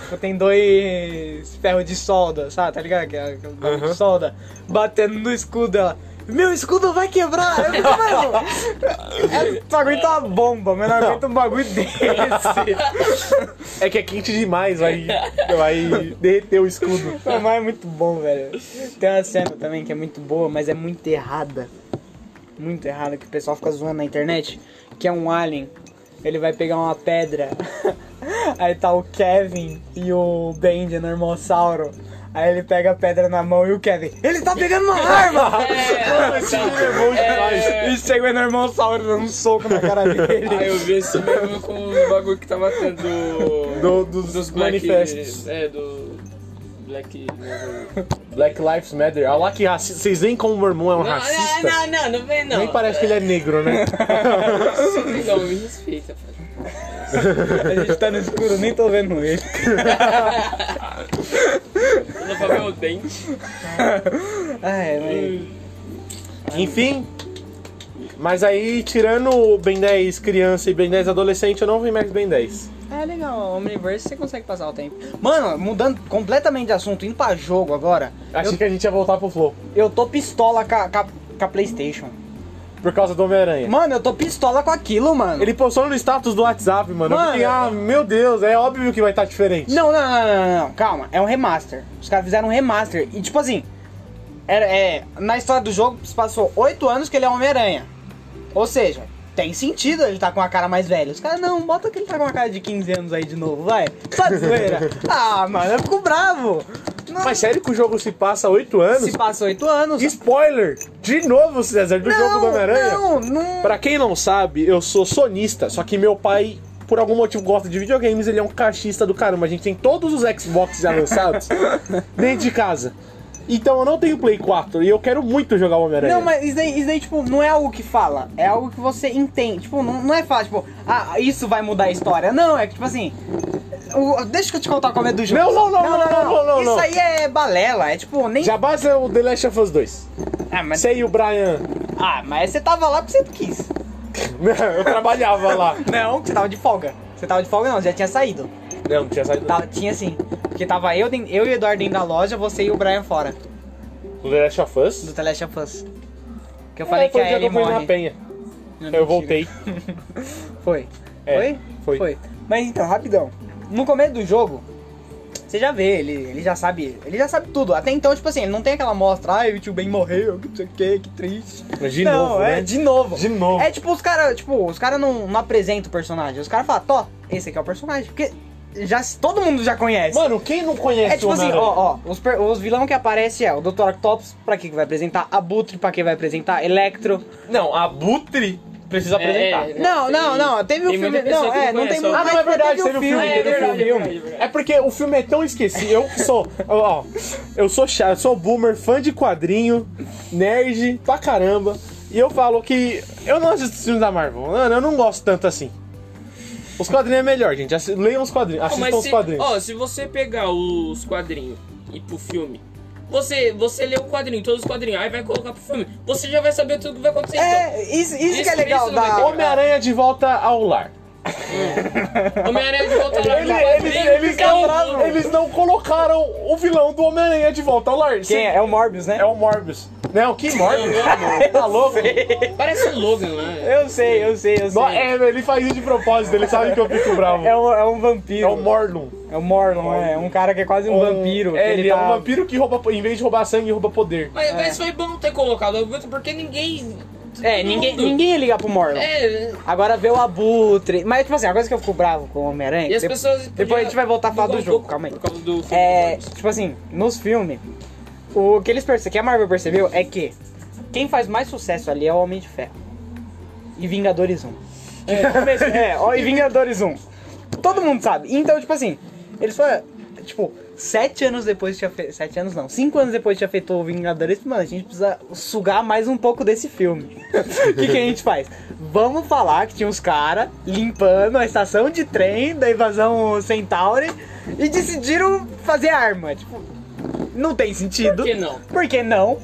S2: Tipo, Tem dois ferros de solda, sabe? Tá ligado? Aquela aquela barra de solda batendo no escudo. Ela, meu escudo vai quebrar! Eu, mano, eu só aguento um tá uma bomba, mas não aguento um bagulho [LAUGHS] desse.
S1: É que é quente demais, vai, vai derreter o escudo.
S2: Não, mas é muito bom, velho. Tem uma cena também que é muito boa, mas é muito errada. Muito errada, que o pessoal fica zoando na internet. Que é um alien. Ele vai pegar uma pedra. [LAUGHS] Aí tá o Kevin e o Bendy no Irmãossauro. Aí ele pega a pedra na mão e o Kevin. Ele tá pegando uma arma!
S3: É, tá.
S2: E chega o Enormossauro dando um soco na cara dele.
S3: [LAUGHS] Ah, eu vi esse mesmo com o bagulho que tava tendo do-
S1: Do- dos
S3: Black-
S1: manifestos.
S3: É, do Black... Não,
S1: Black Lives Matter. Olha lá que racista. Vocês veem como o meu irmão é um
S3: não,
S1: racista?
S3: não, não, não vem não.
S1: Nem parece que ele é negro,
S2: [LAUGHS]
S1: né?
S3: Não, me respeita, pai.
S2: A gente tá no escuro, nem tô vendo ele.
S3: Eu não vou ver o dente.
S2: Ai, Ah, é, mas...
S1: Enfim. Mas aí, tirando o Ben 10 criança e Ben 10 adolescente, eu não vi mais Ben 10.
S2: É legal, o Omniverse você consegue passar o tempo. Mano, mudando completamente de assunto, indo pra jogo agora,
S1: Achei que a gente ia voltar pro Flow.
S2: eu tô pistola com a, com a- com a PlayStation.
S1: Por causa do Homem-Aranha.
S2: Mano, eu tô pistola com aquilo, mano.
S1: Ele postou no status do WhatsApp, mano. Eu
S2: Mano.
S1: fiquei, ah, meu Deus, é óbvio que vai estar diferente.
S2: Não, não, não, não, não, não, calma, é um remaster. Os caras fizeram um remaster. E tipo assim, era- é, na história do jogo se passou oito anos que ele é Homem-Aranha. Ou seja, tem sentido ele tá com a cara mais velha. Os caras, não, bota que ele tá com uma cara de 15 anos aí de novo, vai. Só de
S1: [LAUGHS]
S2: zoeira. ah, mano, eu fico bravo. Não,
S1: Mas sério que o jogo se passa 8 anos?
S2: se passa oito anos.
S1: Spoiler! De novo, César, do é jogo do Homem-Aranha.
S2: Não, não.
S1: Pra quem não sabe, eu sou sonista, só que meu pai, por algum motivo, gosta de videogames, ele é um caixista do caramba. A gente tem todos os Xbox já
S2: [LAUGHS]
S1: lançados dentro de casa. Então eu não tenho Play 4 e eu quero muito jogar o Homem-Aranha.
S2: Não, mas isso daí, isso daí, tipo, não é algo que fala. É algo que você entende. Tipo, não, não é falar, tipo, ah, isso vai mudar a história. Não, é que, tipo assim. o- deixa eu te contar o começo do jogo.
S1: Não, não, não, não, não, não, não,
S2: Isso
S1: não.
S2: aí é balela. É tipo, nem.
S1: Já basta o The Last of Us 2.
S2: Ah, mas,
S1: Você e o Brian. [LAUGHS]
S2: ah, mas você tava lá porque você quis.
S1: eu trabalhava lá.
S2: Não, você tava de folga. Você tava de folga, não, você já tinha saído.
S1: Não, não tinha saído.
S2: Tava- tinha sim. Porque tava eu, den- eu e o Eduardo dentro da loja, você e o Brian fora
S1: O The Last of Us.
S2: do The Last of Us. Que eu falei
S1: É,
S2: que
S1: foi o
S2: a
S1: dia que
S2: Ellie
S1: eu fui na
S2: morre.
S1: penha.
S2: Não, mentira.
S1: Eu voltei.
S2: Foi.
S1: É,
S2: foi?
S1: foi.
S2: Mas então, rapidão. No começo do jogo, você já vê, ele, ele já sabe. Ele já sabe tudo. Até então, tipo assim, ele não tem aquela mostra, ai, o tio Ben morreu, que não sei o que, que triste.
S1: Mas de
S2: não,
S1: novo,
S2: é,
S1: né?
S2: de novo.
S1: De novo.
S2: É tipo, os caras, tipo, os caras não, não apresentam o é personagem. Os caras falam, Tó, esse aqui é o personagem. Porque já, todo mundo já conhece.
S1: Mano, quem não conhece
S2: É tipo
S1: o
S2: assim,
S1: Homem-Aranha?
S2: ó, ó, os, per- os vilão que aparece é o Dr. Octopus, pra que que vai apresentar? Abutre, pra que vai apresentar? Electro.
S1: Não, a Butre precisa apresentar.
S3: é,
S1: É,
S3: é.
S2: Não, não, não, teve o
S3: Tem muita
S2: filme...
S3: pessoa
S2: Não,
S3: que
S2: é,
S3: não
S2: não tem...
S3: conhece o-
S1: Ah, não, é verdade,
S2: um
S1: teve o filme,
S3: É,
S1: teve o
S3: verdade, é
S1: filme.
S3: verdade, é verdade.
S1: porque o filme é tão esquecido. Eu sou, ó, ó, eu sou chato, eu sou boomer, fã de quadrinho, nerd pra caramba. E eu falo que eu não assisto filmes da Marvel. Mano, eu não gosto tanto assim. Os quadrinhos é melhor, gente. Assi- Leiam os quadrinhos,
S3: Ó,
S1: assistam
S3: mas
S1: os
S3: se,
S1: quadrinhos.
S3: ó, se você pegar os quadrinhos e pro filme, você, você lê o quadrinho, todos os quadrinhos, aí vai colocar pro filme, você já vai saber tudo que vai acontecer. então.
S2: É, isso, isso que é
S3: Isso-
S2: legal
S3: isso não vai
S2: da...
S3: ter-
S1: Homem-Aranha de volta ao lar.
S3: Homem-Aranha de volta lá
S1: Ele-
S3: no
S1: eles,
S3: quadrinho, é um
S1: eles
S3: fica
S1: não,
S3: louco.
S1: eles não colocaram o vilão do Homem-Aranha de volta ao lar.
S2: Quem é? É o Morbius, né?
S1: É o Morbius. Não, que Morbius?
S2: [LAUGHS]
S3: [LAUGHS]
S1: tá louco?
S3: Parece um o Logan lá.
S2: Eu sei, eu sei, eu sei.
S1: Nó- é, ele faz isso de propósito, ele sabe que eu fico bravo.
S2: É um, é um vampiro.
S1: É o Morlun.
S2: É o Morlon, é. Um cara que é quase um, vampiro. que
S1: É, ele, é
S2: tá-
S1: um vampiro que rouba, em vez de roubar sangue, rouba poder.
S3: Mas, mas foi bom ter colocado o Abutre, porque ninguém.
S2: É, ninguém, ninguém liga pro Morlon.
S3: É,
S2: Agora vê o Abutre. Mas, tipo assim, a coisa que eu fico bravo com o Homem-Aranha.
S3: e as
S2: de-
S3: pessoas. um
S2: Depois a gente vai voltar a falar do jogo, calma aí.
S3: Por causa do filme
S2: É.
S3: do Morbius.
S2: Tipo assim, nos filmes, o que eles percebem, que a Marvel percebeu é que quem faz mais sucesso ali é o Homem de Ferro. E Vingadores 1. É, começo- é, ó, e Vingadores 1. Todo mundo sabe. Então, tipo assim, eles foram. Tipo, sete anos depois tinha feito. Sete anos não. Cinco anos depois tinha feito o Vingadores. Mano, a gente precisa sugar mais um pouco desse filme. O que, que a gente faz? Vamos falar que tinha uns caras limpando a estação de trem da invasão Centauri e decidiram fazer arma. Tipo, não tem sentido.
S3: Por que não?
S2: Por que não?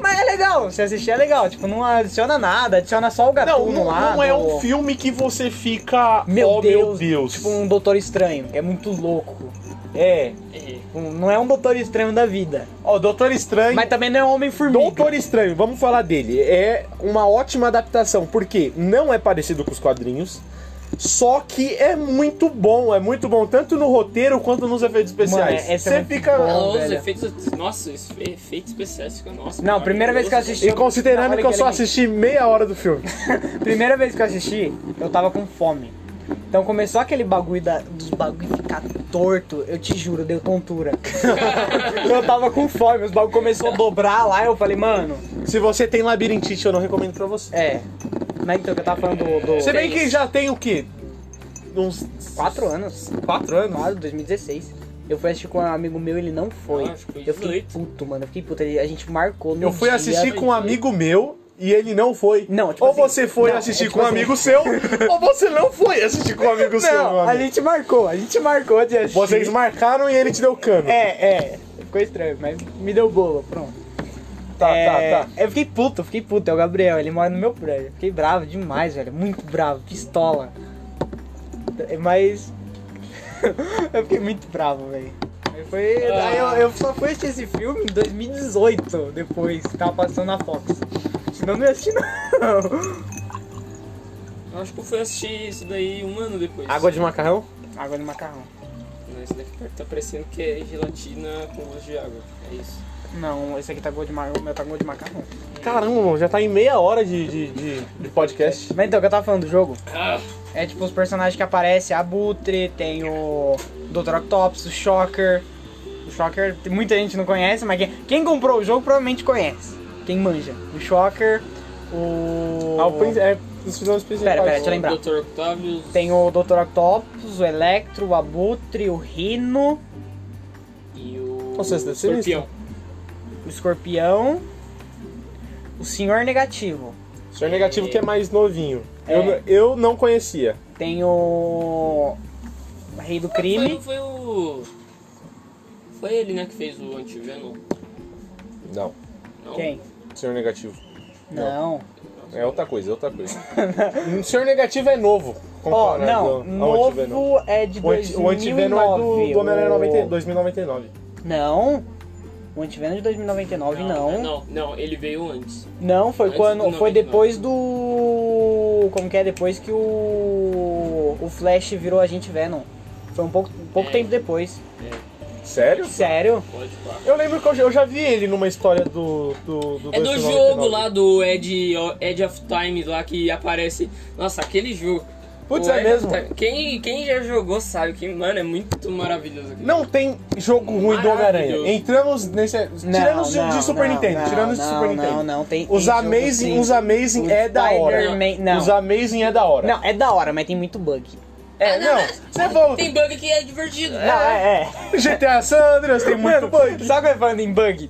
S2: Mas é legal, se assistir é legal. Tipo, não adiciona nada, adiciona só o
S1: Não,
S2: gatuno
S1: não,
S2: lá.
S1: não é
S2: do-
S1: um filme que você fica.
S2: Meu,
S1: oh,
S2: Deus,
S1: meu Deus.
S2: Tipo um Doutor Estranho, que é muito louco. É,
S3: É.
S2: um- não é um Doutor Estranho da vida.
S1: Ó, Doutor Estranho.
S2: Mas também não é um Homem-Formiga.
S1: Doutor Estranho, vamos falar dele. É uma ótima adaptação, porque não é parecido com os quadrinhos. Só que é muito bom, é muito bom, tanto no roteiro quanto nos efeitos especiais.
S2: Mano, esse é
S1: Você
S2: muito
S1: fica.
S2: bom.
S3: Ah, os
S2: velho.
S3: efeitos. Nossa, os efe- efeitos especiais ficam. Nossa,
S2: Não, primeira vez que eu
S3: maravilhoso.
S2: assisti-
S1: E considerando
S2: Não, olha
S1: que eu
S2: que
S1: só
S2: legal.
S1: assisti meia hora do filme.
S2: Primeira vez que eu assisti, eu tava com fome. Então começou aquele bagulho da- dos bagulho ficar torto, eu te juro,
S1: [LAUGHS]
S2: deu tontura. eu tava com fome, os bagulho começou a dobrar lá, eu falei, mano,
S1: Se você tem labirintite, eu não recomendo pra você.
S2: é. Mas então que eu tava falando do. do
S1: Você bem
S3: tem
S1: que
S3: isso.
S1: já tem o quê? Uns.
S2: Quatro anos.
S1: Quatro anos?
S2: Claro, 2016. Eu fui assistir com um amigo meu, ele não foi.
S3: Ah, acho que foi
S2: eu fiquei
S3: 18.
S2: puto, mano. Eu fiquei puto. ele- A gente marcou no
S1: Eu fui
S2: dia.
S1: assistir com um
S3: gente.
S1: amigo meu e ele não foi.
S2: é Não, tipo
S1: ou
S2: assim,
S1: você foi
S2: não,
S1: assistir
S2: é tipo
S1: com um
S2: assim.
S1: amigo
S2: [LAUGHS]
S1: seu, ou você não foi assistir com um amigo seu,
S2: Não,
S1: mano.
S2: a gente marcou. A gente marcou de assistir.
S1: Vocês marcaram e ele te deu cano.
S2: É, é. Ficou estranho, mas me deu bola, pronto.
S1: Tá,
S2: É,
S1: tá, tá.
S2: Eu fiquei puto, eu fiquei puto. É o Gabriel, ele mora no meu prédio. Eu fiquei bravo demais, velho. Muito bravo, pistola. É, Mas. [LAUGHS] eu fiquei muito bravo, velho. Aí Foi,
S3: Ah.
S2: aí eu, eu só fui assistir esse filme em 2018, depois que tava passando na Fox. Senão eu não ia assistir, não.
S3: Eu acho que eu fui assistir isso daí um ano depois.
S1: Água de macarrão?
S2: Água no macarrão.
S3: Não, Isso daqui tá parecendo que é gelatina com gosto de água. É isso.
S2: Não, esse aqui tá gol de macarrão, o meu tá gol de macarrão.
S1: Caramba, mano, já tá em meia hora de, de, de, de podcast.
S2: Mas então, o que eu tava falando do jogo?
S3: Ah,
S2: É tipo os personagens que aparecem, a Butre, tem o Dr. Octopus, o Shocker. O Shocker tem- muita gente não conhece, mas quem, quem comprou o jogo provavelmente conhece. Quem manja. O Shocker, o.
S1: Ah, o prin- é, os vilões principais.
S2: Pera, pera, deixa eu lembrar.
S3: Dr. Octavius.
S2: Tem o Dr. Octopus, o Electro, o Abutre, o Rino,
S3: E o.
S1: Nossa, esse deve ser
S3: escorpião.
S2: o Escorpião, o Senhor Negativo.
S1: O senhor negativo que é mais novinho.
S2: É.
S1: Eu, n- eu não conhecia.
S2: Tem o. Rei do Crime.
S3: Foi, foi o. Foi ele, né, que fez o anti-Venom?
S1: Não.
S3: Não.
S2: Quem?
S1: O senhor negativo.
S2: Não.
S1: É outra coisa, é outra coisa. [LAUGHS] o senhor negativo é novo.
S2: Ó,
S1: comparado
S2: não,
S1: ao- ao
S2: novo
S1: Antivenom.
S2: é de
S1: O anti-
S2: 2009.
S1: o Antivenom é do, do Homem-Aranha
S2: o-
S1: 90 2099.
S2: Não. O Antiveno de 2099 não. Não,
S3: Não, não, ele veio antes.
S2: foi
S3: Antes
S2: quando
S3: do
S2: foi
S3: 99.
S2: depois do como que é depois que o o Flash virou agente Venom. Foi um pouco pouco
S3: É.
S2: tempo depois.
S1: Sério?
S2: Sério?
S3: Pode pá.
S1: Eu lembro que eu, já- eu já vi ele numa história do. do, do
S3: É do
S1: 2099.
S3: jogo lá do Edge, Edge of Time lá que aparece. Nossa, aquele jogo.
S1: Putz,
S3: O
S1: é
S3: Everton
S1: mesmo.
S3: tá- Quem, quem já jogou sabe que, mano, é muito maravilhoso aqui.
S1: Não tem jogo ruim do Homem-Aranha.
S3: Maravilhoso.
S1: Entramos nesse. tirando os de-
S2: não,
S1: de Super
S2: não,
S1: Nintendo.
S2: não,
S1: tirando os de
S2: não,
S1: Super
S2: não,
S1: Nintendo.
S2: não, tem-
S1: Os
S2: tem jogo
S1: Amazing,
S2: sim.
S1: os Amazing
S2: O
S1: é da hora.
S2: Spider-Man- não.
S1: Os Amazing é da hora.
S2: Não, é da hora, mas tem muito bug.
S1: É,
S3: Ah, não,
S1: não.
S3: mas-
S1: Você volta.
S3: Tem bug que é divertido.
S2: Não, é. é.
S1: GTA Sandras tem muito bug.
S2: Sabe o que eu falando em bug?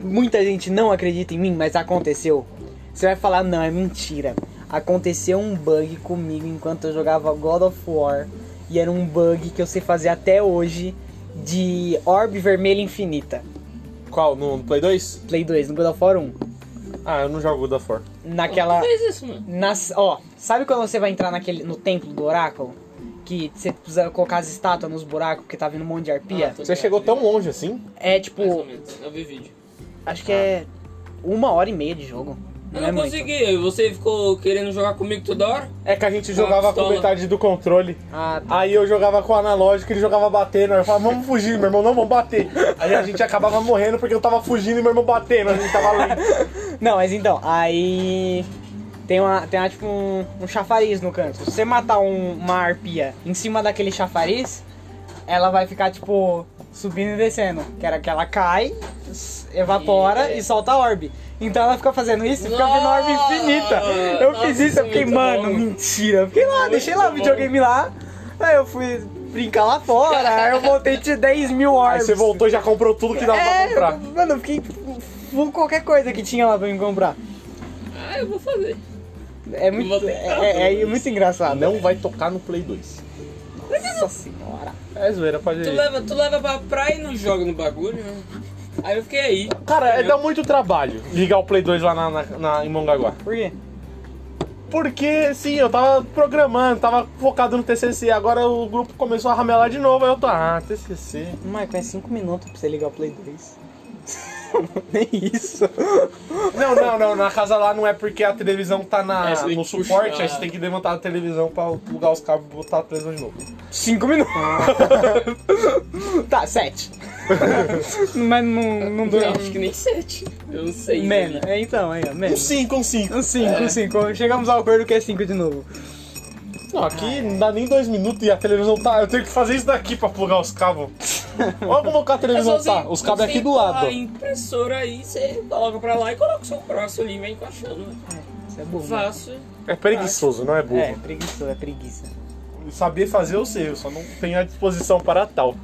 S2: Muita gente não acredita em mim, mas aconteceu. Você vai falar, não, é mentira. Aconteceu um bug comigo enquanto eu jogava God of War. E era um bug que eu sei fazer até hoje de Orbe Vermelha Infinita.
S1: Qual? No Play 2?
S2: Play 2, no God of War 1.
S1: Ah, eu não jogo God of War.
S2: Naquela.
S3: Fez isso, mano.
S2: Nas, ó, sabe quando você vai entrar naquele, no templo do oráculo? Que você precisa colocar as estátuas nos buracos porque tá vindo um monte de arpia?
S3: Ah, tô-
S1: Você chegou tão longe assim?
S2: É
S3: Mais ou
S2: tipo,
S3: menos. Eu vi vídeo.
S2: acho que é uma hora e meia de jogo.
S3: Eu
S2: é
S3: não
S2: muito.
S3: consegui. Você ficou querendo jogar comigo toda hora?
S1: É que a gente jogava com
S3: pistola.
S1: metade do controle.
S2: Ah, tá.
S1: Aí eu jogava com o analógico, ele jogava batendo. Aí eu falava, vamos fugir, meu irmão, não vamos bater. Aí a gente acabava morrendo porque eu tava fugindo e meu irmão batendo. A gente tava lento.
S2: Não, mas então, aí tem uma, tem uma, tipo um, um chafariz no canto. Se você matar um- uma arpia em cima daquele chafariz, ela vai ficar tipo subindo e descendo. Que era que ela cai, s- evapora e,
S3: E-
S2: solta a orbe. Então ela fica fazendo isso e fica vendo a orbe infinita. Eu
S3: Nossa,
S2: fiz isso, eu
S3: muito
S2: fiquei,
S3: bom.
S2: mano, mentira. Eu fiquei lá, deixei lá o
S3: bom.
S2: videogame lá. Aí eu fui brincar lá fora, aí eu voltei de 10 mil
S1: Aí
S2: orbes.
S1: você voltou e já comprou tudo que dava pra
S2: É,
S1: comprar.
S2: mano, eu fiquei full qualquer coisa que tinha lá pra me comprar.
S3: Ah, eu vou fazer.
S2: É
S3: Vou
S2: muito,
S3: tentar,
S2: é, é- é
S3: mano.
S2: muito engraçado.
S1: Não vai tocar no Play 2.
S2: Nossa senhora.
S1: É zoeira, pode
S3: Tu leva, tu leva pra praia e não joga no bagulho, né? Aí eu fiquei aí.
S1: Cara, é, dá muito trabalho ligar o Play 2 lá na, na, na- em Mongaguá.
S2: Por quê?
S1: Porque, sim, eu tava programando, tava focado no TCC, agora o grupo começou a ramelar de novo, aí eu tô, ah, TCC.
S2: Marco, é 5 minutos pra você ligar o Play 2. [LAUGHS] Nem isso.
S1: Não, não, não, na casa lá não é porque a televisão tá na,
S3: É, você tem
S1: no
S3: que puxar.
S1: suporte, aí você tem que levantar a televisão pra plugar os cabos e botar a televisão de novo.
S2: 5 minutos. [LAUGHS] tá, 7. Mas não, não
S3: Eu
S2: dura.
S3: acho que nem sete. Eu não sei.
S2: Menos. É, então, aí, ó.
S1: Um
S2: Menos.
S1: 5, um 5.
S2: Um 5, um 5. Chegamos ao acordo que é 5 de novo.
S1: Não, aqui não dá nem dois minutos e a televisão tá. Eu tenho que fazer isso daqui pra plugar os cabos. Olha como que a
S3: É
S1: televisão
S3: só você-
S1: tá. Os cabos
S3: você
S1: aqui do lado.
S3: empurrar A impressora aí, você coloca pra lá e coloca o seu próximo ali, vem encaixando.
S2: Isso é burro. né?
S3: Fácil.
S1: É preguiçoso, não é burro.
S2: É, preguiça, é preguiça.
S1: Saber fazer eu sei, eu só não tenho a disposição para tal.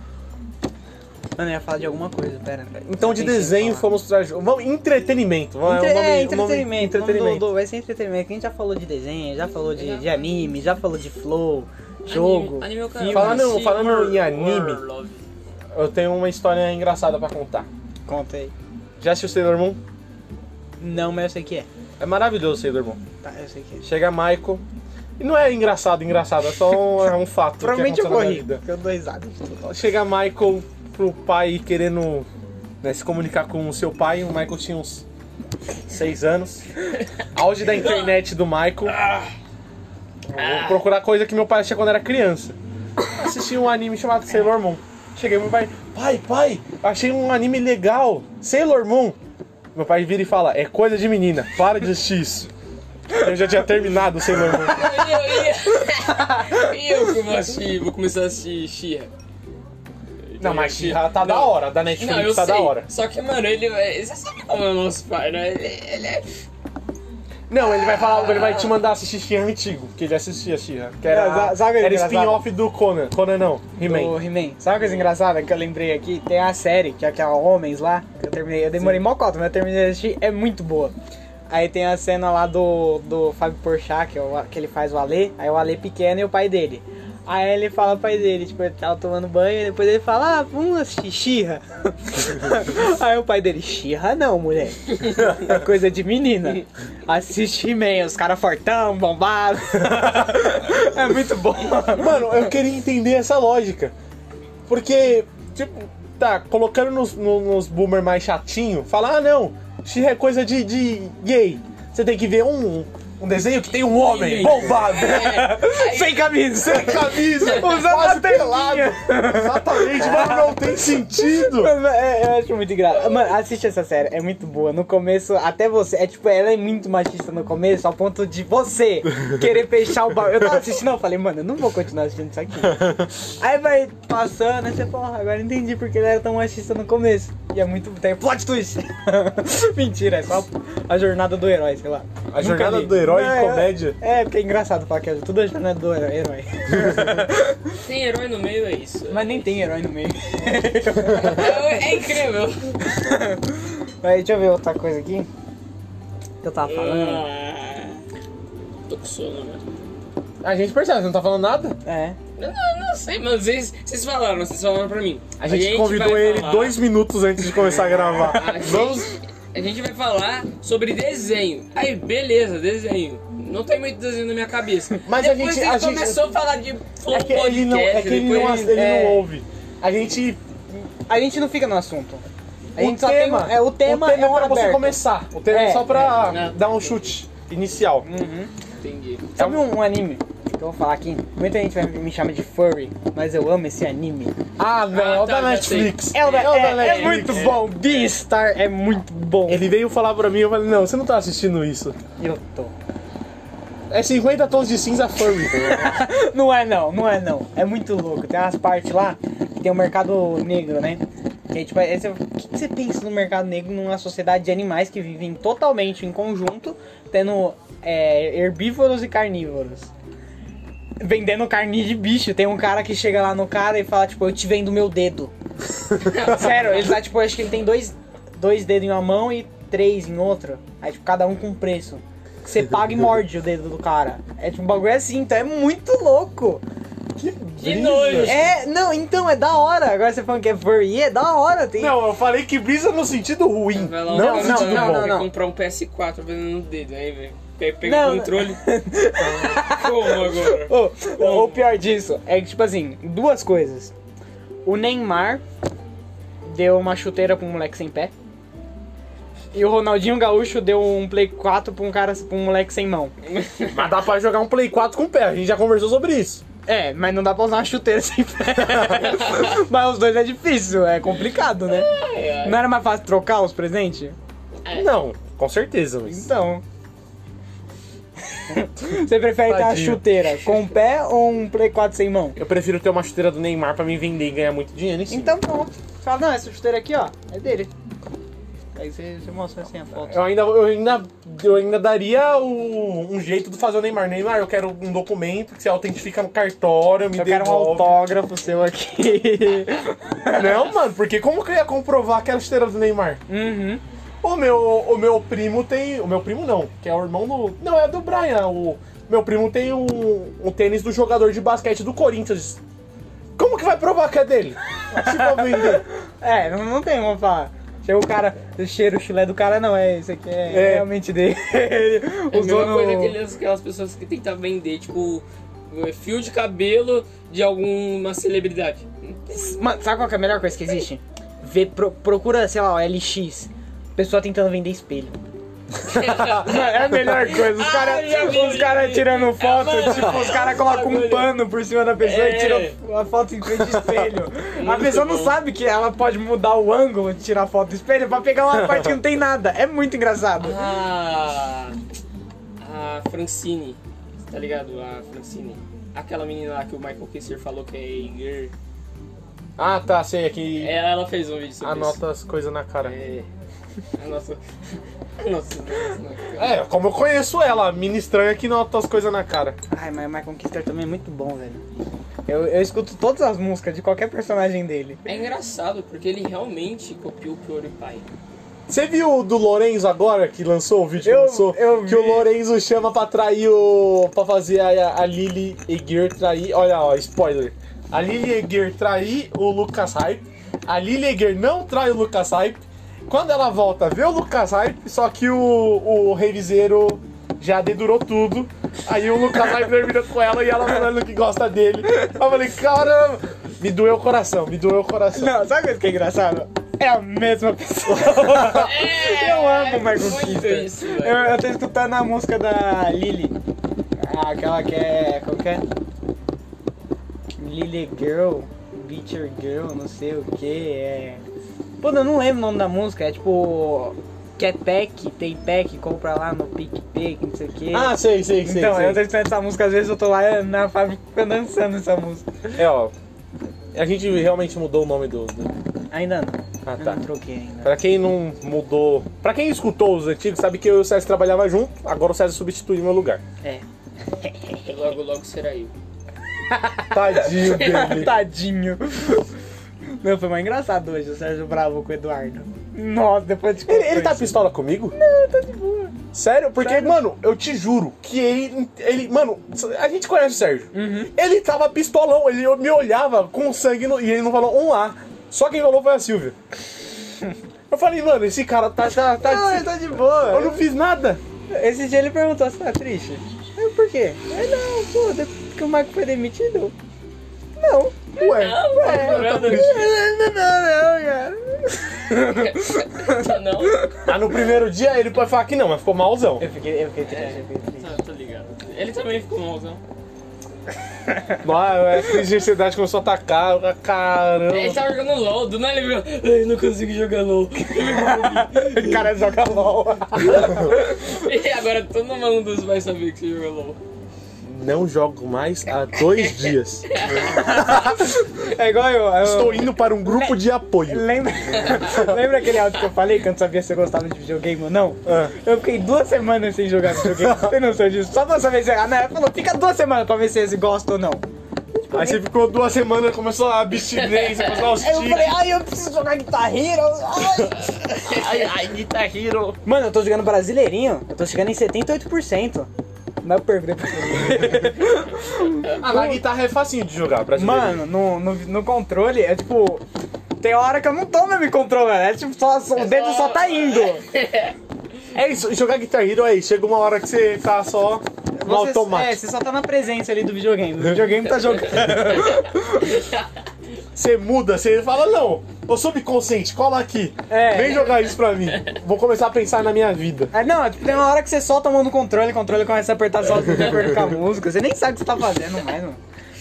S2: Mano, eu ia falar de alguma coisa, pera.
S1: Então, de
S2: Pensei em
S1: desenho,
S2: falar.
S1: fomos pra. jo- Vamos, entretenimento. vai,
S2: Entre-
S1: o nome-
S2: é,
S1: o nome-
S2: entretenimento. entretenimento.
S1: entretenimento.
S2: vai ser entretenimento. que A gente já falou de desenho, já falou de, de anime, já falou de flow, jogo.
S3: Anime, anime é o cara.
S2: filme.
S1: Falando- falando
S3: Silver
S1: em anime.
S3: Love. [LAUGHS]
S1: Eu tenho uma história engraçada pra contar.
S2: Conta aí.
S1: Já assistiu Sailor Moon?
S2: Não, mas eu sei que é.
S1: É maravilhoso Sailor Moon.
S2: Tá, eu sei que é.
S1: Chega Michael. E não é engraçado, engraçado, é só um, é um fato. que
S2: Provavelmente eu
S1: aconteceu
S2: vou
S1: na minha
S2: rir,
S1: vida.
S2: porque eu dou risada.
S1: Chega Michael pro pai querendo né, se comunicar com o seu pai. O Michael tinha uns 6 anos. Auge da internet do Michael. Vou procurar coisa que meu pai assistia quando era criança. Assisti um anime chamado Sailor Moon. Cheguei pro meu pai, pai, pai, achei um anime legal, Sailor Moon. Meu pai vira e fala, é coisa de menina, para de assistir isso. Eu já tinha terminado o Sailor Moon.
S3: Eu, eu, eu, eu que vou assistir, vou começar a assistir Xirra.
S1: Não, mas tá tá da hora, da Netflix
S3: Não, eu
S1: tá
S3: sei.
S1: da hora.
S3: Só que, mano, ele. é- Você sabe como é o nosso pai, né? Ele, ele é.
S1: Não, ele vai falar, ele vai te mandar assistir She-Ra antigo, que ele assistia She-Ra. Que era,
S2: Não, sa- sabe o que é
S1: era
S2: engraçado?
S1: spin-off do Conan. Conan não,
S2: Ô,
S1: He-Man.
S2: He-Man, sabe uma coisa engraçada que eu lembrei aqui? Tem a série, que é aquela Homens lá, que eu terminei, eu demorei mó cota, mas eu terminei de assistir, é muito boa. Aí tem a cena lá do, do Fábio Porchat, que, é o- que ele faz o Ale, aí o Ale pequeno e o pai dele. Aí ele fala pro pai dele, tipo, ele tava tomando banho, e depois ele fala, ah, vamos assistir Xirra. [LAUGHS] aí o pai dele, Xirra não, mulher. É coisa de menina. Assiste He-Man, os caras fortão, bombado. [LAUGHS] é muito bom.
S1: Mano, eu queria entender essa lógica. Porque, tipo, tá, colocando nos, no- nos boomer mais chatinho, falar, ah não, She-Ra é coisa de, de gay. Você tem que ver um, um desenho que tem um homem bombado.
S2: Sem camisa.
S1: Sem [LAUGHS] camisa,
S2: Usando
S1: quase
S2: a tampinha.
S1: pelado. Exatamente, mano, não tem sentido.
S2: Mas, é, Eu acho muito engraçado. Mano, assiste essa série, é muito boa. No começo, até você. É tipo, ela é muito machista no começo, ao ponto
S1: [LAUGHS]
S2: de você querer fechar o bagulho. Eu tava assistindo, eu falei, mano, eu não vou continuar assistindo
S1: [LAUGHS]
S2: isso aqui. Aí vai passando, aí você fala, "Ah, agora eu entendi porque ele era tão machista no começo. E é muito. Tem plot twist. [LAUGHS] Mentira, é só a jornada do herói, sei lá.
S1: A jornada do herói em
S2: é-
S1: comédia.
S2: É, porque é engraçado falar que é tudo a jornada do herói. herói. [LAUGHS]
S3: Tem herói no meio, é isso.
S2: Mas nem tem herói no meio.
S3: É, é incrível.
S1: [LAUGHS]
S2: Mas deixa eu ver outra coisa aqui. Que eu tava falando.
S3: Ah, tô com sono, mano.
S1: A gente percebe, você não tá falando nada?
S2: É.
S3: Eu não, eu não sei, mano. Vocês, vocês falaram, vocês falaram pra mim.
S1: A gente, convidou
S3: vai
S1: ele
S3: falar-
S1: dois minutos antes de começar a gravar.
S3: A gente,
S1: Vamos. é
S3: a gente vai falar sobre desenho. Aí, beleza, desenho. Não tem muito desenho na minha cabeça.
S1: Mas a
S3: depois
S1: gente-
S3: ele
S1: a gente-
S3: começou a falar de
S1: É que ele não, é que ele
S3: depois
S1: não,
S3: ele-
S1: ele
S2: é.
S1: não ouve. A gente.
S2: A gente não fica no assunto. A
S1: O
S2: gente só
S1: tema,
S2: tem. É, o tema é
S1: pra
S2: hora
S1: você
S2: aberta.
S1: começar. O tema é,
S2: É,
S1: só pra
S3: é, né?
S1: dar um chute inicial.
S3: Entendi.
S2: Sabe um, um anime que eu vou falar aqui? Muita gente vai me chamar de furry, mas eu amo esse anime.
S1: Ah, não,
S3: Ah,
S1: é o
S3: tá,
S1: da
S3: já
S1: Netflix.
S2: É, o da-
S1: o da
S2: é, é
S1: Netflix.
S2: muito bom. Beastar é muito bom.
S1: Ele veio falar pra mim, eu falei, não, você não tá assistindo isso.
S2: Eu tô.
S1: É 50 tons de cinza furry.
S2: [LAUGHS] Não é não, não é não. É muito louco. Tem umas partes lá que tem o mercado negro, né? Que é, tipo, aí você- o que que você pensa no mercado negro numa sociedade de animais que vivem totalmente em conjunto, tendo é, herbívoros e carnívoros? Vendendo carne de bicho. Tem um cara que chega lá no cara e fala, tipo, eu te vendo meu dedo. Sério, ele tá, tipo, acho que ele tem dois, dois dedos em uma mão e três em outra. Aí, tipo, cada um com preço. Que você paga e morde o dedo do cara. É tipo, um bagulho assim, então é muito louco.
S3: Que nojo.
S2: É, não, então é da hora. Agora você falando que é furry, é da hora. Tem...
S1: Não, eu falei que brisa no sentido ruim.
S3: Vai
S1: não
S3: um
S1: no
S3: cara
S2: não,
S1: sentido
S3: vai
S1: bom.
S2: não, não.
S3: comprar um PS4 vendendo no dedo, aí, velho. Pe- Pega
S2: Não,
S3: o
S2: não. [LAUGHS]
S3: controle. Como agora?
S2: Ô, o pior disso é que, tipo assim, duas coisas. O Neymar deu uma chuteira pra um moleque sem pé. E o Ronaldinho Gaúcho deu um Play 4 pra um cara, pra um moleque sem mão.
S1: Mas dá pra jogar um Play 4 com o pé, a gente já conversou sobre isso.
S2: É, mas não dá pra usar uma chuteira sem [LAUGHS] pé. mas os dois é difícil, é complicado, né? Não era mais fácil trocar os presentes?
S1: Não, com certeza, mas...
S2: [LAUGHS] Então. Você prefere ter uma
S1: Tadinho.
S2: chuteira com o pé ou um Play 4 sem mão?
S1: Eu prefiro ter uma chuteira do Neymar pra me vender e ganhar muito dinheiro em cima.
S2: Então pronto. Fala, não, essa chuteira aqui, ó, é dele. Aí você, você mostra assim a foto.
S1: Eu ainda, eu ainda, eu ainda daria o- um jeito de fazer o Neymar. Neymar, eu quero um documento que você autentifica no cartório, me
S2: Eu quero um
S1: devolve.
S2: autógrafo seu aqui.
S1: Não, mano, porque como que eu ia comprovar que era chuteira do Neymar?
S2: [LAUGHS] uhum.
S1: O meu, o meu primo tem... O meu primo não, que é o irmão do... Não, é do Brian. O meu primo tem um, um tênis do jogador de basquete do Corinthians. Como que vai provar que é dele? Se for vender.
S2: É, não, não tem como falar. Chega o cara, cheira o chulé do cara, não, é esse aqui, é,
S1: É.
S2: realmente dele.
S3: [LAUGHS] É a
S2: Os
S3: mesma coisa
S2: donos...
S3: aquelas, aquelas pessoas que tentam vender, tipo, fio de cabelo de alguma celebridade.
S2: Mano, sabe qual que é a melhor coisa que existe? Vê, pro- procura, sei lá, ó, LX. Pessoa tentando vender espelho. Mano, [LAUGHS] é a melhor coisa. Os
S3: Ah,
S2: caras
S3: eu já vi,
S2: os cara
S3: já vi.
S2: tirando foto,
S3: mano,
S2: tipo, os caras
S3: esse
S2: colocam um
S3: bagulho.
S2: pano por cima da pessoa e
S3: É.
S2: tiram a foto em
S3: [LAUGHS]
S2: frente ao espelho. a
S3: Muito
S2: pessoa não
S3: bom.
S2: sabe que ela pode mudar o ângulo de tirar foto do espelho pra pegar
S3: [LAUGHS]
S2: uma parte que não tem nada. É muito engraçado. Ah.
S3: A. A Francine, tá ligado? A Francine. Aquela menina lá que o Michael Kisser falou que é Eiger.
S1: Ah, tá, sei, é que
S3: Ela, ela fez um vídeo sobre
S1: anota as coisas na cara.
S3: isso. É. A [LAUGHS] nossa. A nossa. nossa-
S1: É, como eu conheço ela, a mina estranha que nota as coisas na cara.
S2: Ai, mas Michael Kister também é muito bom, velho. Eu, eu escuto todas as músicas de qualquer personagem dele.
S3: É engraçado, porque ele realmente copiou o Kyori Pai.
S1: Você viu o do Lorenzo agora, que lançou o vídeo que
S2: Eu-
S1: lançou?
S2: eu
S1: que
S2: vi.
S1: o Lorenzo chama pra trair o... pra fazer a, a Lily Eger trair... Olha, ó, spoiler. A Lily Eger trair o Lucas Hype. A Lily Eger não trai o Lucas Hype. Quando ela volta, vê o Lucas Hype, só que o, o reviseiro já dedurou tudo. Aí o Lucas Hype termina com ela e ela falando que gosta dele. Eu falei, caramba... Me doeu o coração, me doeu o coração.
S2: Não, sabe o que é engraçado? É a mesma pessoa. eu amo o Michael
S3: É, muito
S2: Keaton.
S3: isso, velho.
S2: eu, eu tô escutando a música da Lily. Ah, Aquela que é. Qual que é? Lily Girl, Beacher Girl, não sei o que. É. Pô, eu não lembro o nome da música. É tipo. Que é pack, tem pack, compra lá no PicPay, que não sei o que.
S1: Ah, sei, sei, sei.
S2: então,
S1: sei.
S2: eu tô escutando essa música, às vezes eu tô lá na fábrica dançando essa música.
S1: É, ó. A gente realmente mudou o nome do. do-
S2: Ainda não.
S1: Ah,
S2: Eu
S1: tá.
S2: não troquei ainda.
S1: Pra quem não mudou. Pra quem escutou os antigos, sabe que eu e o César trabalhava junto, agora o César substituiu meu lugar.
S2: [LAUGHS] É.
S3: Logo, logo será eu.
S1: Tadinho dele.
S2: Ah, Tadinho. Não, foi mais engraçado hoje o Sérgio Bravo com o Eduardo. Nossa, depois de.
S1: Ele, ele tá pistola comigo? Não, tá de boa. Sério? Porque,
S2: Sério.
S1: mano, eu te juro que ele. ele mano, a gente conhece o Sérgio.
S2: Uhum.
S1: Ele tava pistolão, ele me olhava com sangue no- e ele não falou um A. Só quem falou foi a Silvia. Eu falei, mano, esse cara tá. tá, tá-
S2: Não, ele tá de boa.
S1: eu não fiz nada.
S2: Esse dia ele perguntou se tá triste. Eu, por quê? Eu, não, pô, depois que o Marco foi demitido. Não. Ué.
S3: Não,
S2: ué,
S3: não,
S2: eu tô
S3: não.
S2: triste. não, não, não, cara.
S3: Tá não?
S1: Mas no primeiro dia ele pode falar que não, mas ficou malzão.
S2: Eu fiquei, eu fiquei triste, eu fiquei triste.
S3: Tá, tô ligado. Ele também ficou malzão.
S1: Nossa, é a crise de ansiedade começou a atacar. eu-
S3: Ele
S2: É.
S1: Caramba.
S3: tava jogando LOL, do nada ele virou. Ai, não consigo jogar LOL. [LAUGHS]
S2: O
S1: é
S2: cara joga LOL.
S3: e agora todo mundo vai saber que você joga LOL.
S1: Não jogo mais há dois dias.
S2: É igual eu. eu-
S1: Estou indo para um grupo de apoio.
S2: Lembra, [LAUGHS] lembra aquele áudio que eu falei que eu não sabia se eu gostava de videogame ou não?
S1: Ah.
S2: Eu fiquei duas semanas sem jogar [LAUGHS] videogame. Você não sei disso. Só pra saber se. A Ana falou: fica duas semanas pra ver se eles gostam ou não.
S1: Aí você ficou duas semanas, começou a
S2: [LAUGHS]
S1: abstinência, começou a
S2: Aí eu
S1: hostilidade.
S2: falei: ai, eu preciso jogar Guitar Hero. Ai,
S3: Ai, ai, Guitar Hero.
S2: [LAUGHS] Mano, eu tô jogando brasileirinho. Eu tô chegando em 78%. Mas eu perco depois.
S1: Ah, na guitarra é facinho de jogar, brasileiro.
S2: Mano, no, no, no controle é tipo. Tem hora que eu não tô me controlando. É tipo, só, só- o dedo só tá indo.
S1: é isso, jogar Guitar Hero aí, chega uma hora que você tá só no
S2: Você- É,
S1: automático.
S2: você só tá na presença ali do videogame. O videogame tá jogando.
S1: Você muda, você fala, não, eu sou consciente, cola aqui.
S2: É.
S1: Vem jogar isso pra mim. Vou começar a pensar na minha vida.
S2: É, não, tipo, tem uma hora que você solta a mão no controle, o controle começa a apertar só de acordo com a música. Você nem sabe o que você tá fazendo mais, mano.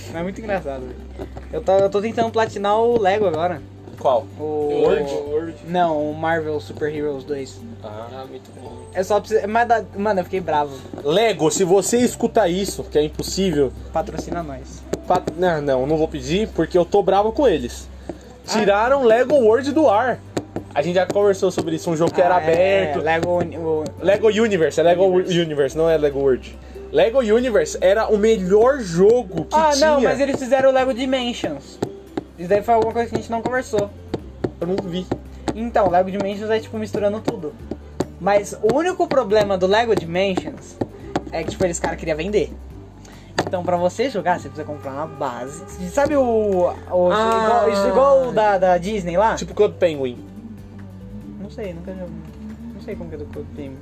S2: Mas é muito engraçado, velho. Eu tô, eu tô tentando platinar o Lego agora.
S1: Qual?
S2: O.
S3: Word? Word.
S2: Não, o Marvel Super Heroes 2.
S3: Ah, muito bom.
S2: É só pra você. Mas dá- Mano, eu fiquei bravo.
S1: Lego, se você escuta isso, que é impossível,
S2: Patrocina nós.
S1: pa- não, não, não vou pedir, porque eu tô bravo com eles. Tiraram Lego World do ar. A gente já conversou sobre isso, um jogo que era
S2: Ah, é,
S1: aberto.
S2: Lego. Uni- o-
S1: Lego Universe, é Lego Universe. não é Lego World. Lego Universe era o melhor jogo que
S2: Ah,
S1: tinha.
S2: não, mas eles fizeram o Lego Dimensions. Isso daí foi alguma coisa que a gente não conversou.
S1: Eu não vi.
S2: Então, Lego Dimensions é tipo misturando tudo. Mas o único problema do Lego Dimensions é que tipo, eles cara queria vender. Então, pra você jogar, você precisa comprar uma base. Sabe o. o
S1: Ah.
S2: igual, isso igual o da, da Disney lá?
S1: Tipo Club Penguin.
S2: Não sei, nunca joguei. Não sei como que é do Club Penguin.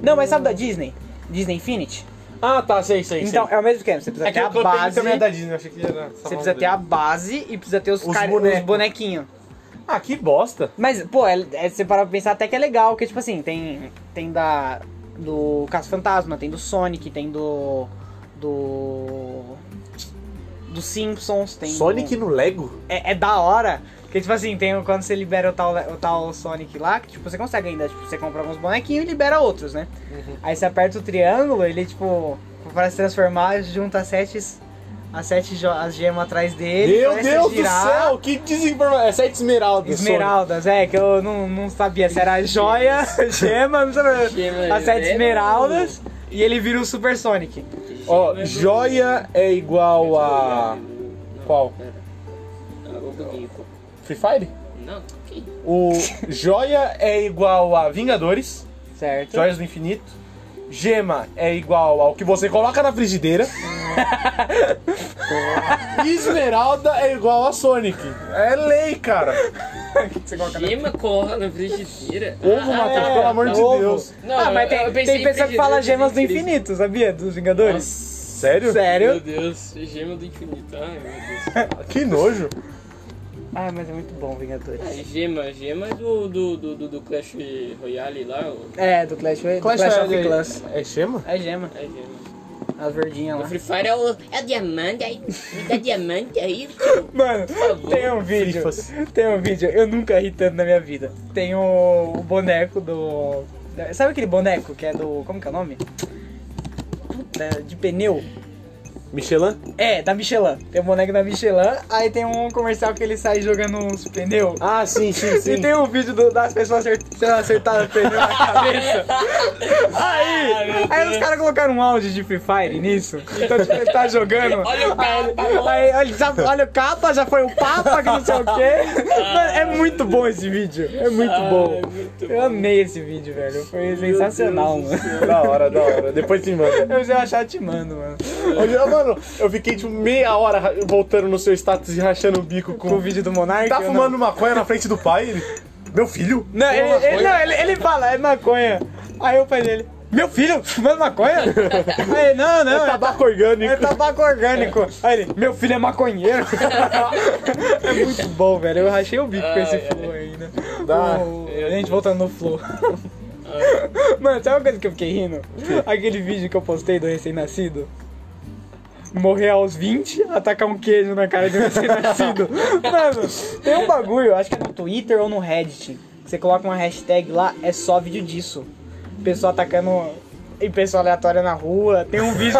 S2: Não, mas sabe da Disney? Disney Infinity?
S1: Ah, tá, sei, sei,
S2: Então,
S1: sei.
S2: é o mesmo esquema. Você precisa ter a
S1: Club Penguin
S2: base.
S1: também é da Disney, eu achei que era...
S2: Você precisa ter a base e precisa ter os,
S1: Os
S2: cara-
S1: boneco.
S2: os bonequinhos.
S1: Ah, que bosta.
S2: Mas, pô, é, é, se você parar pra pensar até que é legal, porque, tipo assim, tem, tem da. Do Caso Fantasma, tem do Sonic, tem do. Do. Do Simpsons, tem.
S1: Sonic
S2: do-
S1: no Lego?
S2: é, é da hora. Porque, tipo assim, tem o- quando você libera o tal, o tal Sonic lá, que tipo, você consegue ainda, tipo, você compra alguns bonequinhos e libera outros, né?
S1: Uhum.
S2: Aí você aperta o triângulo, ele, tipo, para se transformar, junta sete, as sete jo- as gemas atrás dele.
S1: Meu
S2: começa a
S1: Deus do
S2: girar.
S1: céu, que desinformação. Essa é esmeralda.
S2: Esmeraldas, é, que eu não, não sabia se era
S1: [LAUGHS]
S2: joia, [LAUGHS] gema, não sabia.
S3: Gema,
S2: As sete
S3: né?
S2: esmeraldas. E ele vira o Super Sonic.
S1: Ó, joia é igual a... Qual?
S3: Agora um pouquinho.
S1: Free Fire?
S3: Não, ok.
S1: [LAUGHS] O joia é igual a Vingadores.
S2: Certo.
S1: Joias do Infinito. Gema é igual ao que você coloca na [LAUGHS] frigideira. Esmeralda é igual a Sonic. É lei, cara.
S2: Você coloca na-
S3: Gema coloca na frigideira. Ah, é.
S1: Ovo, Matheus, pelo amor de
S2: ovo.
S1: Deus.
S3: Não,
S2: ah, mas
S3: eu- eu
S2: tem,
S3: pensei
S2: tem pessoa
S3: em
S2: que fala
S3: frigideira,
S2: gemas do
S3: pensei em
S2: infinito, sabia? Dos Vingadores?
S3: Nossa,
S1: Sério?
S3: Meu
S2: Sério?
S3: Deus, gema do infinito. Ai, meu
S1: Que nojo.
S2: Ah, mas é muito bom, Vingadores.
S3: Deus. A É, gema, gema do, do, do, do- do Clash Royale lá. o-
S2: É, do Clash, do Clash, of the Clans.
S1: é, é chama?
S2: É gema,
S3: A gema.
S2: as verdinhas
S3: O
S2: lá.
S3: Free Fire é o, é o diamante aí. Me dá diamante é
S2: [LAUGHS]
S3: aí, tio.
S2: Mano,
S3: favor.
S2: tem um vídeo.
S1: Fifas.
S2: Tem um vídeo. Eu nunca ri tanto na minha vida. Tem o, o boneco do. Sabe aquele boneco que é do. Como que é o nome? Da- de pneu?
S1: Michelin?
S2: É, da Michelin. Tem um boneco da Michelin, aí tem um comercial que ele sai jogando uns pneus.
S1: Ah, sim, sim,
S2: E tem um vídeo do- das pessoas acert- sendo acertadas pneu
S3: [LAUGHS]
S2: na cabeça.
S3: Ah,
S2: Aí,
S3: meu
S2: aí
S3: Deus.
S2: os caras colocaram um áudio de Free Fire nisso. Então, tipo, ele tá jogando.
S3: Olha o cara. tá
S2: Aí, olha,
S1: [LAUGHS]
S2: já- olha o capa, já foi o papa, que não sei o quê. Mano, é muito bom esse vídeo. É muito
S3: Ah,
S2: bom.
S3: é muito
S2: Eu amei esse vídeo, velho. Foi sensacional,
S3: Deus do
S2: mano.
S1: [LAUGHS] Da hora, da hora. Depois te manda.
S2: Eu já achar te mando, mano.
S1: Hoje, ah, mano, eu fiquei tipo meia hora ra- voltando no seu status e rachando o bico
S2: Com o
S1: com.
S2: vídeo do Monark.
S1: Tá
S2: eu não-
S1: fumando maconha na frente do pai? Ele... Meu filho?
S2: Não, ele, ele- não, ele, ele fala, é maconha. Aí o pai dele, meu filho, fumando maconha? Aí ele, não, não, é, tabaco,
S1: Tabaco tá orgânico.
S2: é tabaco orgânico. Aí ele, meu filho é maconheiro. [LAUGHS] é muito bom, velho. Eu rachei o bico com esse né?
S3: Ai,
S2: flow ainda.
S1: Dá.
S2: O- a gente voltando
S1: [LAUGHS]
S2: no flow. Mano, sabe uma coisa que eu fiquei rindo? Aquele vídeo que eu postei do recém-nascido. Morrer aos 20, atacar um queijo na cara de um
S1: [LAUGHS]
S2: recém-nascido. Mano, tem um bagulho, acho que é no Twitter ou no Reddit. que Você coloca uma hashtag lá, é só vídeo disso. Pessoa atacando e pessoa aleatória na rua. Tem um
S1: [LAUGHS]
S2: vídeo,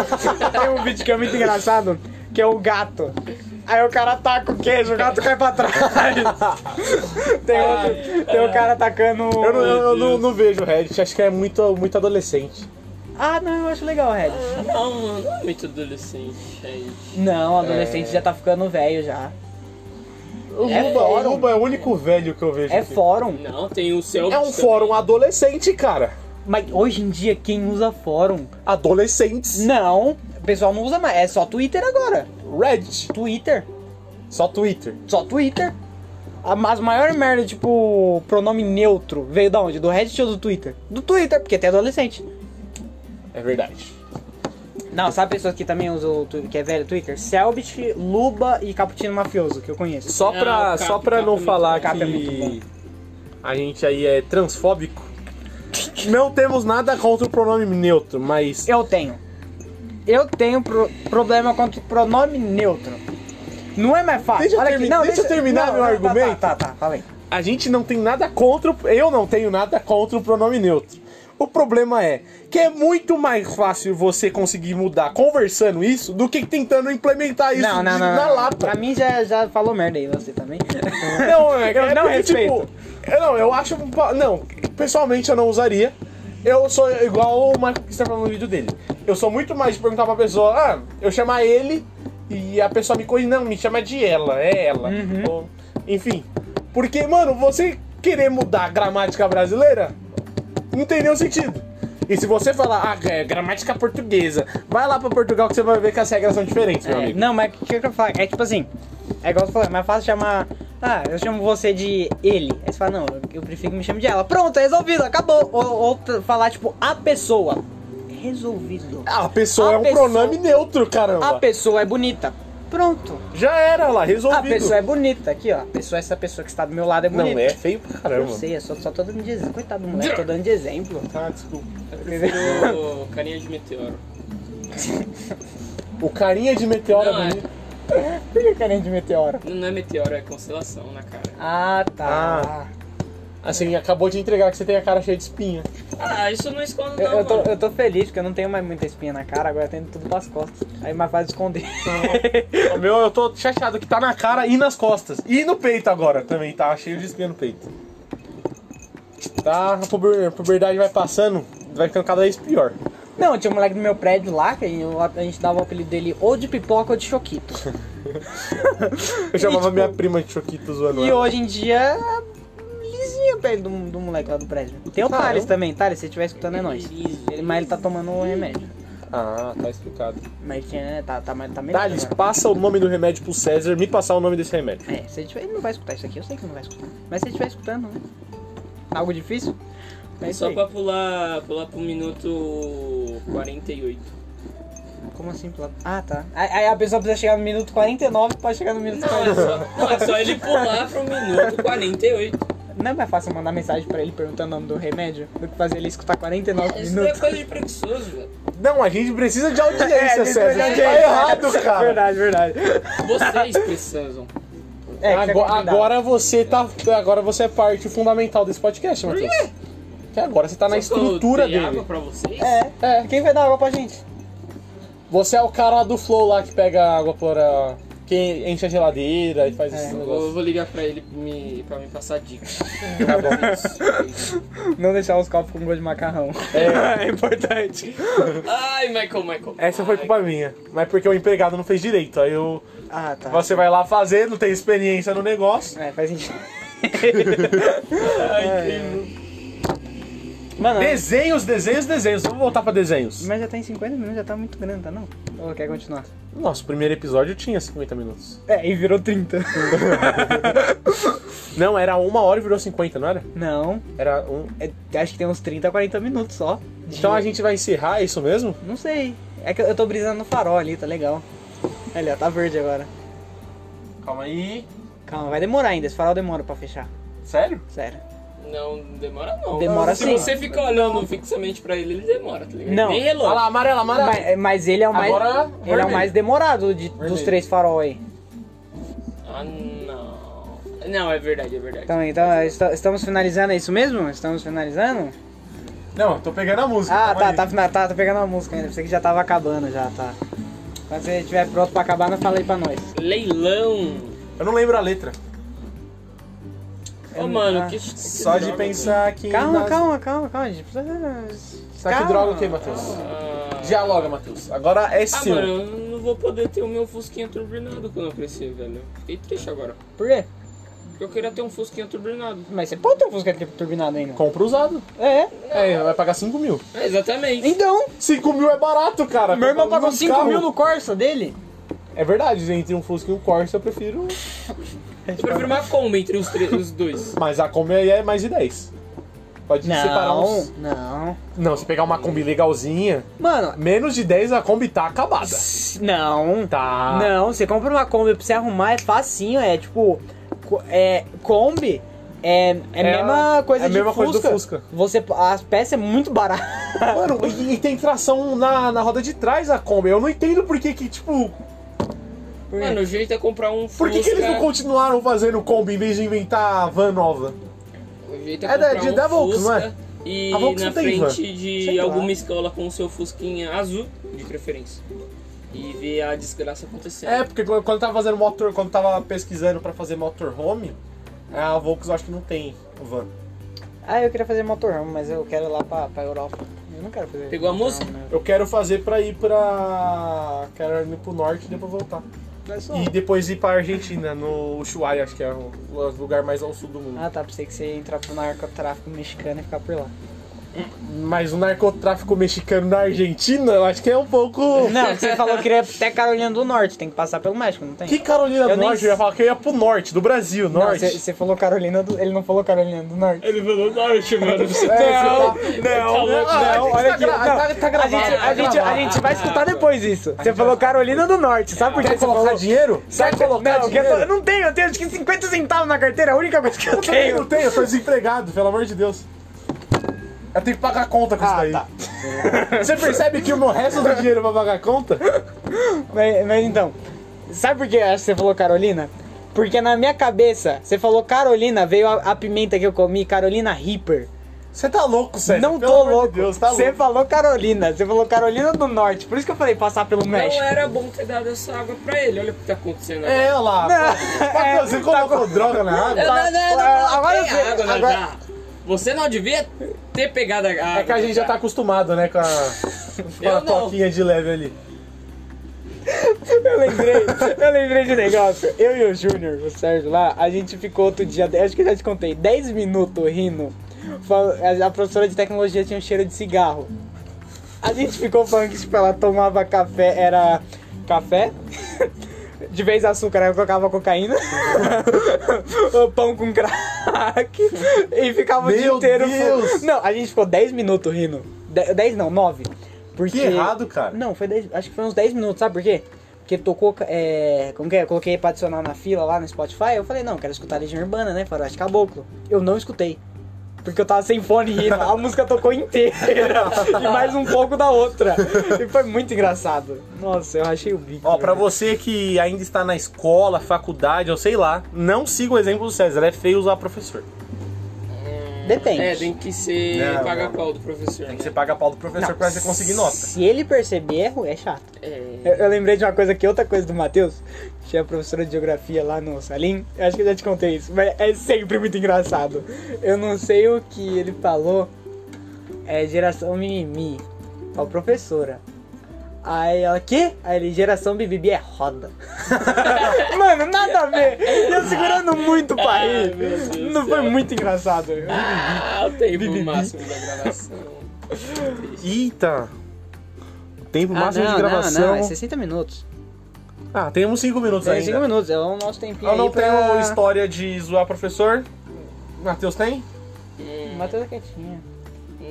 S2: tem um vídeo que é muito engraçado, que é o gato. Aí o cara ataca o queijo, o gato cai pra
S1: É
S2: trás. tem outro, tem o cara atacando.
S1: Eu, não, eu- eu não, não vejo Reddit, acho que é muito, muito adolescente.
S2: Ah, não, eu acho legal, Red.
S3: Não, mano, não é muito adolescente, gente.
S2: Não, adolescente já tá ficando velho já.
S1: O
S2: É
S1: Luba,
S2: fórum.
S1: o Luba é o único velho que eu vejo.
S2: É
S1: aqui.
S2: fórum.
S3: Não, tem o céu.
S1: É um fórum adolescente, cara.
S2: Mas hoje em dia quem usa fórum?
S1: Adolescentes.
S2: Não, o pessoal não usa mais. É só Twitter agora.
S1: Reddit.
S2: Twitter.
S1: Só Twitter.
S2: Só Twitter. A- Mas a maior merda, tipo, pronome neutro, veio da onde? Do Reddit ou do Twitter? Do Twitter, porque tem adolescente.
S1: É verdade.
S2: Não, sabe pessoas que também usam o Twitter, que é velho o Twitter? Selbit, Luba e Caputino Mafioso, que eu conheço.
S1: Só
S3: Não,
S1: pra,
S3: o Cap-
S1: só pra
S3: Cap
S1: não
S3: é
S1: falar
S2: muito bom. Cap
S1: que
S2: é muito
S1: a gente aí é transfóbico, não temos nada contra o pronome neutro, mas
S2: Eu tenho. Eu tenho pro- problema quanto pronome neutro. Não é mais fácil.
S1: Deixa eu
S2: Olha aqui.
S1: termi-
S2: Não,
S1: deixa eu terminar meu
S2: tá,
S1: argumento.
S2: Tá, tá, tá, falei.
S1: a gente não tem nada contra, o- eu não tenho nada contra o pronome neutro. O problema é que é muito mais fácil você conseguir mudar conversando isso do que tentando implementar isso
S2: Não, não,
S1: de-
S2: não.
S1: na
S2: não.
S1: lata.
S2: Pra mim já, já falou merda aí, você também.
S1: Não, é,
S2: Eu
S1: é
S2: não
S1: porque,
S2: respeito.
S1: Tipo, eu não, eu acho. Não, pessoalmente eu não usaria. Eu sou igual o Michael que está falando no vídeo dele. Eu sou muito mais de perguntar pra pessoa, ah, eu chamar ele e a pessoa me corrige, não, me chama de ela, é ela.
S2: Uhum.
S1: Ou, enfim. Porque, mano, você querer mudar a gramática brasileira não tem nenhum sentido. E se você falar, ah, é gramática portuguesa, vai lá pra Portugal que você vai ver que as regras são diferentes, meu
S2: É,
S1: amigo.
S2: não, mas o que eu quero falar? É tipo assim, é igual você falou, é mais fácil chamar. Ah, eu chamo você de ele. Aí você fala, não, eu- eu prefiro que me chame de ela. Pronto, é resolvido, acabou. Ou, ou t- falar, tipo, a pessoa. Resolvido.
S1: A pessoa
S2: A
S1: é um
S2: pessoa-
S1: pronome neutro, caramba.
S2: A pessoa é bonita. Pronto.
S1: Já era lá,
S2: A
S1: resolvido.
S2: pessoa é bonita, aqui ó. A pessoa, essa pessoa que está do meu lado é bonita.
S1: Não é feio pra
S2: Eu
S1: caramba.
S2: sei, eu só, só tô dando de exemplo. Coitado do moleque, tô dando de exemplo.
S1: Ah, desculpa.
S3: O carinha de meteoro.
S1: O carinha de meteoro
S3: Não,
S1: é
S3: é-
S1: bonito.
S2: Por que carinha de meteoro?
S3: Não, não é meteoro, é constelação na cara.
S2: Ah, tá.
S1: Assim, acabou de entregar que você tem a cara cheia de espinha.
S3: Ah, isso eu não esconde
S2: Eu,
S3: não,
S2: eu tô,
S3: mano.
S2: eu tô feliz porque eu não tenho mais muita espinha na cara, agora eu tenho tudo pras costas. Aí é mais fácil esconder.
S1: O [LAUGHS] meu, eu tô chateado que tá na cara e nas costas. E no peito agora também, tá cheio de espinha no peito. Tá, a puber- puberdade vai passando, vai ficando cada vez pior.
S2: [LAUGHS] Não, tinha um moleque do meu prédio lá, que eu- a gente dava o apelido dele ou de pipoca ou
S1: [LAUGHS]
S2: de choquito.
S1: Eu chamava
S2: tipo-
S1: minha prima de Choquito zoando
S2: E
S1: ela.
S2: hoje em dia, lisinho a pele do, do moleque lá do prédio. Tem o
S1: Caramba.
S2: Thales também, Thales, se você estiver escutando é nóis.
S3: Liso.
S2: Ele, mas ele tá tomando um remédio.
S1: Ah, tá explicado.
S2: Mas tinha, tá, tá, tá melhor.
S1: Thales,
S2: agora.
S1: passa o nome do remédio pro César, me passar o nome desse remédio.
S2: É, se ele, tiver, ele não vai escutar isso aqui, eu sei que não vai escutar. Mas se ele estiver escutando, né? Algo difícil? É isso
S3: Só
S2: aí.
S3: pra pular, pular pro minuto 48.
S2: Como assim, Plata? Ah, tá. Aí aí a pessoa precisa chegar no minuto 49 pode chegar no minuto
S3: Não, é
S2: 40.
S3: só, não, é só ele pular pro minuto 48.
S2: Não é mais fácil mandar mensagem pra ele perguntando o nome do remédio do que fazer ele escutar 49
S3: Isso daí é
S2: minutos.
S3: coisa de preguiçoso, velho.
S1: Não, a gente precisa de audiência,
S2: [LAUGHS] É,
S1: César.
S2: precisa de
S1: Tá
S2: audiência.
S1: errado, cara.
S2: é Verdade, verdade.
S3: Vocês precisam.
S2: É, que você
S1: Agora,
S2: é convidado.
S1: agora você tá. Agora você é parte fundamental desse podcast, Matheus. Que agora você tá na
S3: Só que eu
S1: estrutura
S3: dei
S1: dele.
S3: água pra vocês?
S2: É. Quem vai dar água pra gente?
S1: Você é o cara lá do Flow lá que pega água pra. que enche a geladeira e faz
S2: É.
S1: esses
S3: Eu vou, eu
S1: negócios.
S3: vou ligar pra ele me, pra me passar dicas.
S1: Tá bom.
S2: Não deixar os copos com gosto de macarrão.
S3: [LAUGHS]
S1: É, é importante.
S3: Ai, Michael, Michael.
S1: Essa foi culpa minha. Mas porque o empregado não fez direito. Aí eu,
S2: Ah, tá.
S1: você vai lá fazer, não tem experiência no negócio.
S2: É, faz sentido. É.
S3: Ai, que-
S2: Mano,
S1: Desenhos, desenhos, desenhos. Vamos voltar pra desenhos.
S2: mas já tá em 50 minutos, já tá muito grande, tá não? Ou quer continuar?
S1: Nosso primeiro episódio tinha 50 minutos. [LAUGHS]
S2: É, e virou 30.
S1: Não, era uma hora e virou 50, não era?
S2: [LAUGHS] não,
S1: Era um.
S2: é- acho que tem uns 30, 40 minutos só.
S1: Então a gente vai encerrar, é isso mesmo?
S2: Não sei. É que eu eu tô brisando no farol ali, tá legal. Olha, ó, tá verde agora.
S1: Calma aí.
S2: Calma, vai demorar ainda, esse farol demora pra fechar.
S1: Sério?
S2: Sério.
S3: Não, demora não.
S2: Demora
S3: Se
S2: sim.
S3: você fica olhando fixamente pra ele, ele demora, tá ligado?
S2: Não.
S3: Nem
S1: Olha
S3: relou.
S1: lá, amarela, amarela.
S2: Mas, mas ele é o mais.
S1: Agora,
S2: ele é o
S1: vermelho.
S2: mais demorado de- dos
S1: Vermelho.
S2: três farol aí.
S3: Ah, não. Não, é verdade, é verdade.
S2: Então, então, est- estamos finalizando, é isso mesmo? Estamos finalizando?
S1: Não, tô pegando a música.
S2: Ah,
S1: calma
S2: tá,
S1: aí.
S2: tá, fina- tá, tá pegando uma música ainda. Pensei que já tava acabando já, tá. Quando você estiver pronto pra acabar, não fala aí pra nós.
S3: Leilão.
S1: Eu não lembro a letra.
S3: Ô,
S2: Eu-
S3: mano,
S2: ah.
S3: que, que
S1: Só de
S3: droga,
S1: pensar que.
S2: Calma,
S1: nas-
S2: calma, calma, calma. A gente precisa.
S1: Só que
S2: calma.
S1: droga o quê, Matheus?
S3: Ah,
S1: Dialoga, Matheus. Agora é
S3: Ah,
S1: seu.
S3: mano, eu não vou poder ter o meu Fusquinha turbinado quando eu crescer, velho. Fiquei triste agora.
S2: Por quê?
S3: Porque eu queria ter um Fusquinha turbinado.
S2: Mas você pode ter um Fusca turbinado ainda.
S1: Compra usado.
S2: É.
S1: É, vai pagar 5 mil.
S3: É, exatamente.
S2: Então,
S1: 5 mil é barato, cara.
S2: meu irmão
S1: Compra
S2: pagou
S1: um
S2: 5
S1: carro.
S2: mil no Corsa dele.
S1: É verdade, entre um Fusca e um Corsa eu prefiro.
S3: Eu prefiro uma Kombi entre os, três, os dois.
S1: Mas a Kombi aí é mais de 10. Pode separar uns.
S2: não.
S1: Não, se pegar uma Kombi legalzinha,
S2: Mano,
S1: menos de 10 a Kombi tá acabada.
S2: não.
S1: Tá.
S2: Não, você compra uma Kombi pra você arrumar, é facinho, é tipo. co- É, Kombi é, é, a
S1: É
S2: mesma
S1: a-
S2: coisa
S1: é a
S2: de
S1: mesma coisa do
S2: Fusca.
S1: Fusca.
S2: Você, as peças é muito barata. [LAUGHS]
S1: Mano, e, e tem tração na, na roda de trás a Kombi. Eu não entendo por que que, tipo...
S3: Mano, o jeito é comprar um Fusca.
S1: Por que, que eles não continuaram fazendo Kombi em vez de inventar a van nova?
S3: O jeito é,
S1: É da-
S3: comprar
S1: de-
S3: um
S1: da Volks,
S3: Fusca
S1: não é?
S3: E
S1: A Volks
S3: na
S1: não tem van.
S3: frente
S2: Sei
S3: de
S2: lá.
S3: alguma escola com o seu Fusquinha azul, de preferência. E ver a desgraça acontecendo.
S1: É, porque quando quando eu tava fazendo motor, quando eu tava pesquisando pra fazer motorhome, é, a Volks eu acho que não tem van.
S2: Ah, eu queria fazer motorhome, mas eu quero ir lá pra, pra Europa. Eu não quero fazer.
S3: Pegou a
S2: motorhome,
S3: música?
S2: né?
S1: Eu quero fazer pra ir pra. Quero ir pro norte e depois voltar.
S2: Mas só-
S1: E depois ir pra Argentina, no Ushuaia, acho que é o o lugar mais ao sul do mundo.
S2: Ah, tá. Pensei que você ia entrar pro narcotráfico mexicano e ficar por lá.
S1: Mas o narcotráfico mexicano na Argentina, eu acho que é um pouco.
S2: Não, você falou que ia até Carolina do Norte, tem que passar pelo México, não tem?
S1: Que Carolina
S2: Eu
S1: do
S2: nem
S1: Norte? Eu ia
S2: s-
S1: falar que eu ia pro norte, do Brasil,
S2: Não,
S1: norte.
S2: você você falou Carolina do. Ele não falou Carolina do Norte.
S3: Ele falou norte, mano.
S1: É.
S3: tá-"
S1: não, não, olha aqui. tá, tá
S2: A gente,
S1: gravado.
S2: a, gente, a gente vai escutar depois isso. Você falou Carolina do Norte, sabe por que
S1: Quer
S2: você
S1: colocar
S2: falou?
S1: dinheiro?
S2: Sabe
S1: Quer colocar
S2: não, que eu tô-
S1: dinheiro?
S2: eu não tenho, eu tenho acho que 50 centavos na carteira, a única coisa que eu
S1: Eu também não
S2: tenho.
S1: tenho, eu tô desempregado, pelo amor de Deus. Eu tenho que pagar a conta com isso
S2: Ah,
S1: daí.
S2: tá.
S1: [LAUGHS] Você percebe que o meu resto do dinheiro pra pagar a conta?
S2: Mas, mas então, sabe por que eu acho que você falou Carolina? Porque na minha cabeça, você falou Carolina, veio a, a pimenta que eu comi, Carolina Reaper.
S1: Você tá louco, Sérgio?
S2: não
S1: pelo
S2: tô
S1: amor de
S2: louco.
S1: Deus, tá
S2: você
S1: louco.
S2: falou Carolina, você falou Carolina do Norte, por isso que eu falei passar pelo México.
S3: Não era bom ter dado essa água pra ele. Olha o que tá acontecendo agora.
S1: É, olha lá.
S2: Não,
S1: pô. Matheus,
S2: é,
S1: você colocou droga na água?
S3: Eu não, não, não,
S2: Agora
S3: não,
S2: eu
S3: tem
S2: sei,
S3: água na
S2: agora-
S3: jarra. Você não devia ter pegado a água.
S1: É que a gente já tá acostumado, né, com a, com a
S3: Eu não.
S1: toquinha de leve ali.
S2: [LAUGHS] Eu lembrei, eu lembrei de um negócio. Eu e o Júnior, o Sérgio lá, a gente ficou outro dia, acho que eu já te contei, 10 minutos rindo. Fal- A a professora de tecnologia tinha um cheiro de cigarro. A gente ficou falando que tipo, ela tomava café, era café, [LAUGHS] de vez açúcar, ela colocava cocaína, [LAUGHS] pão com crack, e ficava o dia
S1: Meu
S2: inteiro.
S1: Deus!
S2: Não, a gente ficou 10 minutos rindo. 10 não, 9. Porque...
S1: Que errado, cara.
S2: Não, foi 10, acho que foi uns 10 minutos, sabe por quê? Porque tocou, é, como que é? Eu coloquei pra adicionar na fila lá no Spotify, eu falei, não, quero escutar Legião Urbana, né, Faroeste Caboclo. Eu não escutei. Porque eu tava sem fone rindo, a [LAUGHS] música
S1: [LAUGHS]
S2: tocou inteira, e mais um pouco da outra. E foi muito engraçado. Nossa, eu achei o bico.
S1: Ó, pra
S2: velho.
S1: você que ainda está na escola, faculdade ou sei lá, não siga o exemplo do César, é feio usar professor.
S2: Depende.
S3: É, tem que ser
S1: Não,
S3: paga
S1: não.
S3: qual do professor.
S1: Tem que
S3: né?
S1: você paga pau do professor
S2: Não,
S1: pra você conseguir nota.
S2: Se ele perceber erro, é chato.
S3: É,
S2: Eu, eu lembrei de uma coisa que é outra coisa do Matheus. Tinha a professora de geografia lá no Salim. Eu acho que eu já te contei isso, mas é sempre muito engraçado. Eu não sei o que ele falou. É geração mimimi. Falou, professora. Aí ela, quê? Aí ele, geração bibibi é roda. [LAUGHS] Mano, nada a ver. E eu segurando muito pra
S3: Ai,
S2: rir.
S3: meu Deus do
S2: Não foi
S3: céu.
S2: muito engraçado.
S3: Ah, o tempo máximo da gravação.
S1: Eita! Tempo
S3: Ah,
S1: máximo de gravação.
S2: é 60 minutos.
S1: Ah, temos 5 minutos
S2: É
S1: ainda.
S2: 5 minutos, é o nosso tempinho
S1: Eu não
S2: aí pra...
S1: tenho história de zoar professor. Matheus tem?
S2: O Matheus é quietinho.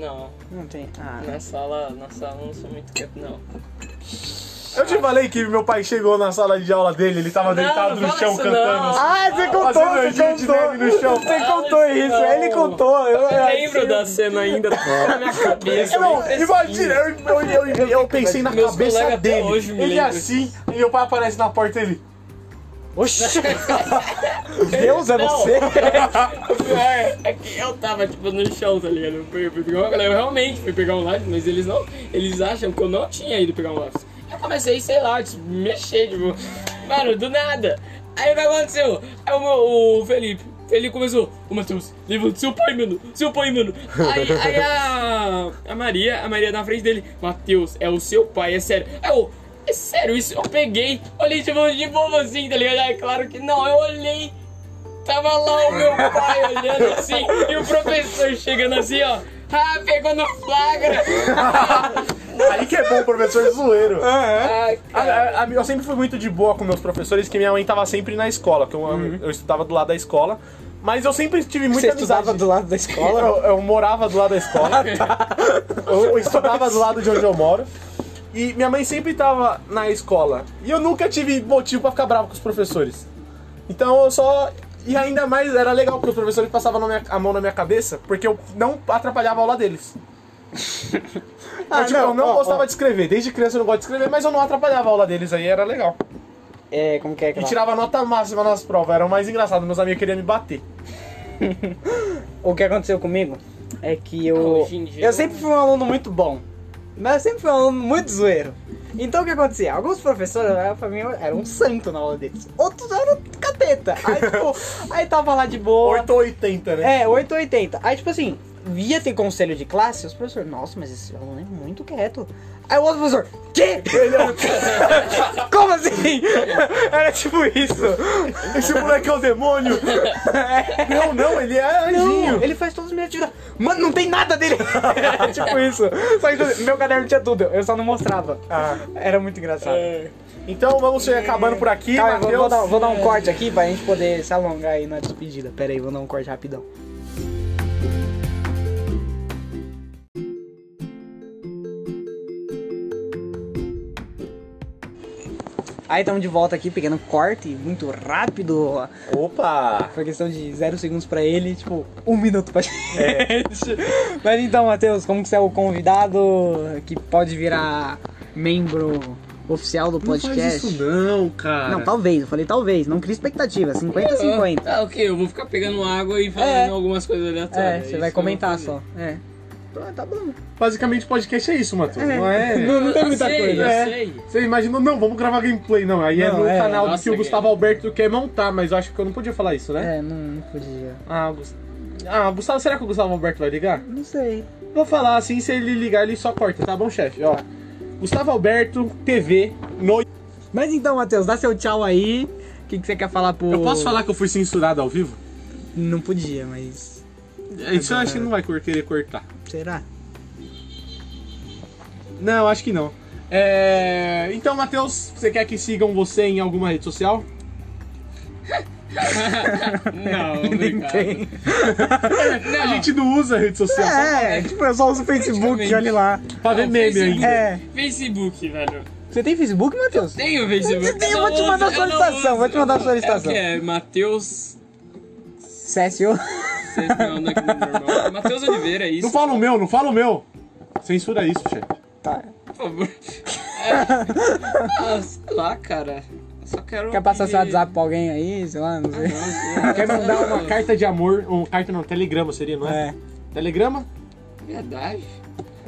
S3: Não,
S2: Não tem. Ah,
S3: na sala, na sala eu não sou muito quieto, não.
S1: Eu te falei que meu pai chegou na sala de aula dele, ele tava
S3: Não,
S1: deitado
S3: não
S1: no
S3: fala
S1: chão
S3: isso
S1: cantando.
S3: não.
S1: assim.
S2: Ah, você contou,
S1: Fazendo
S2: você
S1: gente né,
S2: contou.
S1: nele no chão.
S2: Você
S3: Fala
S2: contou
S3: isso,
S2: isso,
S3: não.
S2: ele contou.
S1: É,
S2: Eu,
S3: Eu
S2: eu
S3: lembro da cena ainda, tá
S1: [LAUGHS]
S3: na minha cabeça.
S1: Eu não, imagina, eu, eu, eu, eu, pensei na
S3: Meus
S1: cabeça
S3: colegas até
S1: dele.
S3: hoje me
S1: ele
S3: lembram.
S1: assim, e meu pai aparece na porta ele. [LAUGHS]
S2: Oxi. Deus é
S3: Não.
S2: você.
S3: O pior é que eu tava, tipo, no chão, tá ligado? Eu, fui- fui pegar uma- eu realmente fui pegar um lápis, mas eles não. Eles acham que eu não tinha ido pegar um lápis. Eu comecei, sei lá, tipo, mexer, tipo, mano, do nada. Aí o que aconteceu? Aí o, meu- o Felipe. Felipe começou, ô Matheus, levanta seu pai, mano, seu pai, mano. Aí, aí a, a Maria, a Maria na frente dele, Matheus, é o seu pai, é sério. Aí eu, é sério isso? Eu peguei, olhei tipo de bobo assim, tá ligado? É claro que não, eu olhei, Tava lá o meu pai olhando assim, e o professor chegando assim, ó. Ah, pegou no flagra!
S1: Aí que é bom, professor zoeiro.
S3: Ah,
S1: A-
S2: Assim,
S3: cara.
S1: a- a- eu sempre fui muito de boa com meus professores, que minha mãe tava sempre na escola, que eu, eu estudava do lado da escola. Mas eu sempre tive muita
S2: Você
S1: amizade.
S2: estudava do lado da escola? Ah, tá.
S1: Eu, eu morava do lado da escola. eu, eu estudava do lado de onde eu moro. E minha mãe sempre tava na escola. E eu nunca tive motivo pra ficar bravo com os professores. Então eu só. E ainda mais era legal porque os professores passavam na minha- a mão na minha cabeça porque eu não atrapalhava a aula
S2: [LAUGHS]
S1: deles. eu, tipo,
S2: Ah, não,
S1: eu não
S2: ó, ó.
S1: gostava de escrever. Desde criança eu não gosto de escrever, mas eu não atrapalhava a aula deles aí, era legal.
S2: É, como que é que
S1: E
S2: lá?
S1: tirava nota máxima nas provas, era o mais engraçado. Meus amigos queriam me bater.
S2: O que aconteceu comigo é que eu.
S3: Hoje em dia-
S2: Eu sempre fui um aluno muito bom. Mas eu sempre fui um aluno muito zoeiro. Então o que acontecia? Alguns professores, eh, pra mim, eram um santo na aula deles. Outros eram cateta. Aí, tipo, aí tava lá de boa.
S1: 880, né?
S2: É, 880. Aí, tipo assim, ia ter conselho de classe, os professores, nossa, mas esse aluno é muito quieto. Aí o outro professor, quê? [LAUGHS] Como assim? [LAUGHS] Era tipo isso.
S1: Esse moleque é o
S2: [LAUGHS]
S1: demônio! não, não, ele é anjinho!
S2: Não, ele faz todas as minhas atividades. Mano, não tem nada dele. [LAUGHS] Era tipo isso. Só que tipo assim, meu caderno tinha tudo, eu só não mostrava.
S1: Ah.
S2: Era muito engraçado.
S1: Então vamos chegar acabando por aqui,
S2: Calma, eu vou,
S1: Matheus.
S2: vou dar, vou dar um corte aqui pra gente poder se alongar aí na despedida. Pera aí, vou dar um corte rapidão. Aí estamos de volta aqui, pegando corte muito rápido.
S1: Opa!
S2: Foi questão de zero segundos pra ele, tipo, um minuto pra [LAUGHS] gente. Mas então, Matheus, como que você é o convidado que pode virar membro oficial do podcast?
S1: não, cara.
S2: Não, talvez, eu falei talvez, não cria expectativa, 50-50.
S3: Ah, ok, eu vou ficar pegando água e falando
S2: então. É.
S3: algumas coisas
S2: É,
S3: aleatórias.
S2: você vai
S3: Isso eu
S2: comentar
S3: vou
S2: só. É. Tá, tá bom.
S1: Basicamente, podcast é isso, Matheus.
S2: É.
S1: Não é?
S2: Não, não tem
S3: Eu
S2: muita
S3: Ah, sei,
S2: coisa.
S3: Eu
S1: É.
S3: sei.
S1: Você imagina, não, vamos gravar gameplay. Não, aí é
S2: Não,
S1: no
S2: é.
S1: canal
S3: Nossa,
S1: que o
S3: que-
S1: Gustavo Alberto quer montar, mas eu acho que eu não podia falar isso, né?
S2: É, não, não podia.
S1: Ah, Gus- ah, Gustavo, será que o Gustavo Alberto vai ligar?
S2: Não sei.
S1: Vou falar assim, se ele ligar, ele só corta, tá bom, chefe? Ó, Gustavo Alberto, TV, no...
S2: Mas então, Matheus, dá seu tchau aí. O que, que você quer falar pro.
S1: Eu posso falar que eu fui censurado ao vivo?
S2: Não podia, mas.
S1: Isso eu acho que não vai cor- querer cortar.
S2: Será?
S1: Não, acho que não. É, Então, Matheus, você quer que sigam você em alguma rede social?
S3: Não,
S2: Nem
S3: obrigado.
S2: tem.
S3: Não,
S1: A gente não usa rede social só
S2: É, tipo, eu só uso o Facebook,
S3: Praticamente.
S2: olha lá.
S1: pra ver
S3: Não,
S1: meme
S3: Facebook.
S1: ainda.
S2: É.
S3: Facebook, velho.
S2: Você tem Facebook, Matheus? um
S3: Tenho Facebook.
S2: Eu tenho,
S3: não
S2: vou te mandar
S3: uso, eu não
S2: solicitação,
S3: uso,
S2: vou te mandar
S3: eu não-
S2: solicitação. é
S3: É o que é? Matheus...
S2: CSU.
S3: Vocês não, não é que não é normal. Matheus Oliveira, é isso?
S1: Não fala o meu, não fala o meu. Censura isso, chefe.
S2: [LAUGHS] Tá.
S3: Por favor. É. Ah, [LAUGHS] sei lá, cara. Eu só quero...
S2: Quer passar
S3: que-
S2: seu WhatsApp pra alguém aí? Sei lá, não sei.
S3: Não, sei lá,
S1: Quer
S3: eu
S1: mandar
S3: só-
S1: uma carta de amor, um carta não, telegrama seria, não é?
S2: É.
S1: Telegrama?
S3: É Verdade.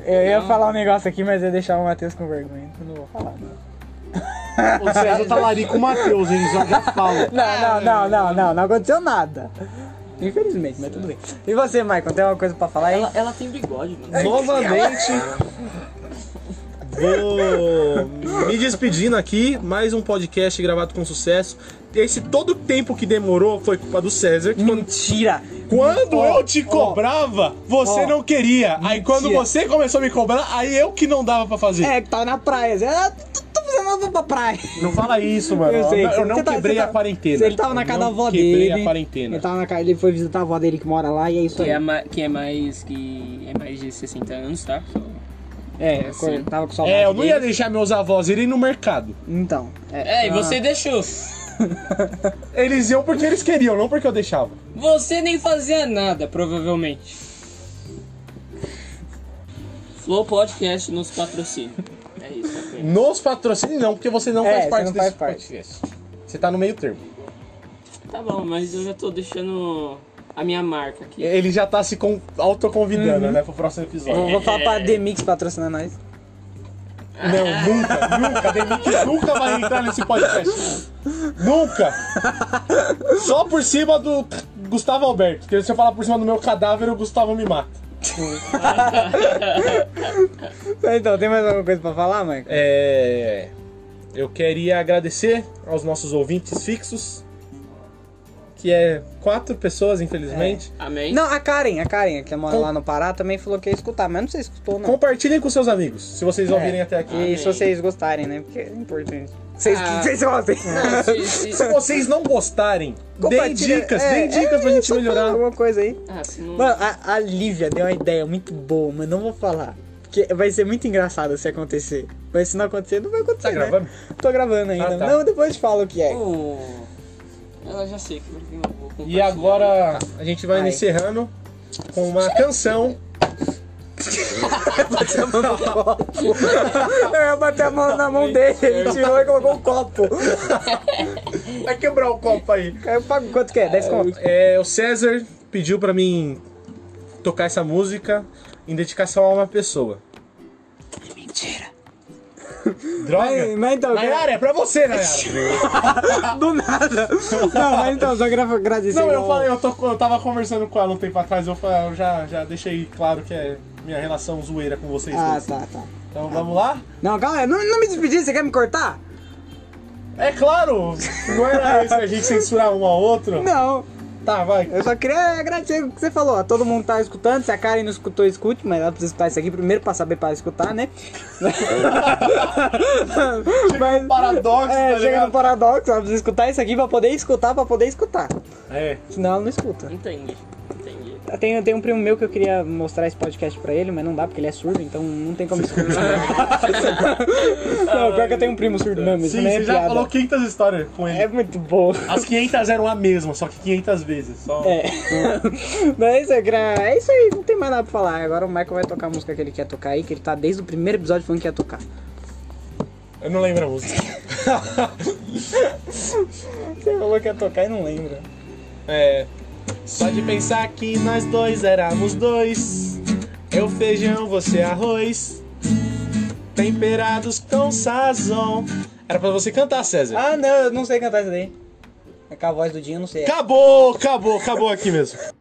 S2: Eu ia
S3: Não.
S2: falar um negócio aqui, mas eu ia deixar o Matheus com vergonha. Então não vou falar. Não,
S1: O César tá larico o Matheus, hein? Já, já fala.
S2: não, não, não, não. Não aconteceu nada. Infelizmente, mas tudo bem. E você, Maicon, tem alguma coisa pra falar aí?
S3: Ela, ela tem bigode, mano.
S1: Novamente. Vou me despedindo aqui, mais um podcast gravado com sucesso. Esse todo o tempo que demorou foi culpa do César. que quando-
S2: Mentira!
S1: Quando
S2: Ó,
S1: eu te
S2: ó.
S1: cobrava, você
S2: Ó.
S1: não queria. Aí quando
S2: Mentira.
S1: você começou a me cobrar, aí eu que não dava pra fazer.
S2: É, que tava na praia. Você, ah, tô, tô fazendo nada pra praia.
S1: Não fala isso, mano. Eu,
S2: sei,
S1: eu
S2: você
S1: não
S2: tá-
S1: quebrei
S2: você tá-
S1: a quarentena.
S2: Ele tava na
S1: Eu
S2: casa da
S1: não
S2: avó
S1: quebrei
S2: dele. Então,
S1: a quarentena.
S2: Ele, tava na, ca- ele foi visitar a avó dele que mora lá e é isso aí.
S3: Que é, ma- que é mais que é mais de 60 anos, tá?
S2: É,
S3: Sim.
S2: ele tava com saudade.
S1: É, eu não ia
S2: dele.
S1: deixar meus avós irem no mercado.
S2: Então. [LAUGHS] É,
S3: É, e você deixou.
S1: Eles iam porque eles queriam, não porque eu deixava.
S3: Você nem fazia nada, provavelmente. Flow Podcast nos patrocina. É isso, tá bem.
S1: Nos patrocínios não, porque você não
S2: É,
S1: faz
S2: você
S1: parte
S2: não
S1: desse
S2: faz parte.
S1: podcast. Você tá no meio termo.
S3: Tá bom, mas eu já tô deixando a minha marca aqui.
S1: Ele já tá se con- autoconvidando, né, pro próximo
S2: Vou,
S1: episódio.
S2: vou falar pra Demix patrocinar nós.
S1: Não, nunca, nunca. Demite nunca vai entrar nesse podcast. Nunca. Só por cima do Gustavo Alberto. Porque se eu falar por cima do meu cadáver, o Gustavo me mata.
S2: Então, tem mais alguma coisa pra falar, Maicon?
S1: É, eu queria agradecer aos nossos ouvintes fixos, que é quatro pessoas, infelizmente.
S3: Amém?
S2: Não, a Karen, a Karen, que mora
S1: Com-
S2: lá no Pará, também falou que ia escutar, mas não sei se escutou, não.
S1: Compartilhem com seus amigos, se vocês ouvirem
S2: É.
S1: até aqui.
S2: E
S3: Amém.
S2: se vocês gostarem, né? Porque é importante. Vocês,
S3: Ah.
S2: vocês [LAUGHS] gostem.
S3: Não, se- se-
S1: Se vocês não gostarem, deem
S2: Compartilha-
S1: dicas,
S2: é,
S1: deem dicas pra
S2: é,
S1: gente
S2: só fala
S1: melhorar.
S2: Alguma coisa aí.
S3: Ah, se não...
S2: Mano, a, a Lívia deu uma ideia muito boa, mas não vou falar. Porque vai ser muito engraçado se acontecer. Mas se não acontecer, não vai acontecer.
S1: Tá
S2: né?
S1: gravando?
S2: Tô gravando ainda.
S1: Ah, tá.
S2: Não, depois te falo o [LAUGHS] que é.
S3: Oh, ela já sei é que eu não vou compartilhar.
S1: E agora a gente vai
S2: Ai.
S1: encerrando com uma canção.
S2: Eu ia bater a mão na mão dele, ele tirou e colocou um copo.
S1: [LAUGHS] Vai quebrar o copo aí.
S2: Eu pago quanto que é? 10 conto.
S1: É, o César pediu pra mim tocar essa música em dedicação a uma pessoa.
S2: Mentira.
S1: Droga!
S2: Mas, mas então,
S1: Nayara, é pra você, Nayara!
S2: [LAUGHS] do nada. Não, mas então, só quero agradecer.
S1: Não, eu
S2: ao-
S1: falei, eu, tô- eu tava conversando com ela um tempo atrás, eu, fa- eu já, já deixei claro que é minha relação zoeira com vocês
S2: Ah,
S1: dois.
S2: tá, tá.
S1: Então vamos lá?
S2: Não, calma, aí, não, não me despedir, você quer me cortar?
S1: É claro! Não era isso a gente censurar um ao outro?
S2: Não.
S1: Tá, vai.
S2: Eu só queria agradecer o que você falou. ó. Todo mundo tá escutando. Se a Karen não escutou, escute, mas ela precisa escutar isso aqui primeiro pra saber pra escutar, né? mas,
S1: paradoxo,
S2: é,
S1: tá
S2: chega
S1: ligado?
S2: no paradoxo, ela precisa escutar isso aqui pra poder escutar, pra poder escutar.
S1: É.
S2: Senão ela não escuta.
S3: Entendi, entendi.
S2: Tem, tem um primo meu que eu queria mostrar esse podcast pra ele, mas não dá porque ele é surdo, então não tem como escutar.
S1: [LAUGHS]
S2: não, pior que eu tenho um primo surdo mesmo, isso
S1: Sim,
S2: nem
S1: você
S2: é
S1: já
S2: piada.
S1: falou 500 histórias com ele.
S2: É muito bom.
S1: As 500 eram a mesma, só que 500 vezes. Só...
S2: É. [LAUGHS] Mas é, gra- é isso aí, não tem mais nada pra falar. Agora o Michael vai tocar a música que ele quer tocar aí, que ele tá desde o primeiro episódio falando que ia tocar.
S1: Eu não lembro a música.
S2: Você falou que ia tocar e não lembra.
S1: É. Só de pensar que nós dois éramos dois. Eu feijão, você arroz. Temperados com sazon. Era pra você cantar, César.
S2: Ah, não, eu não sei cantar isso daí. É com a voz do Dinho, eu não sei.
S1: Acabou, acabou, acabou aqui mesmo.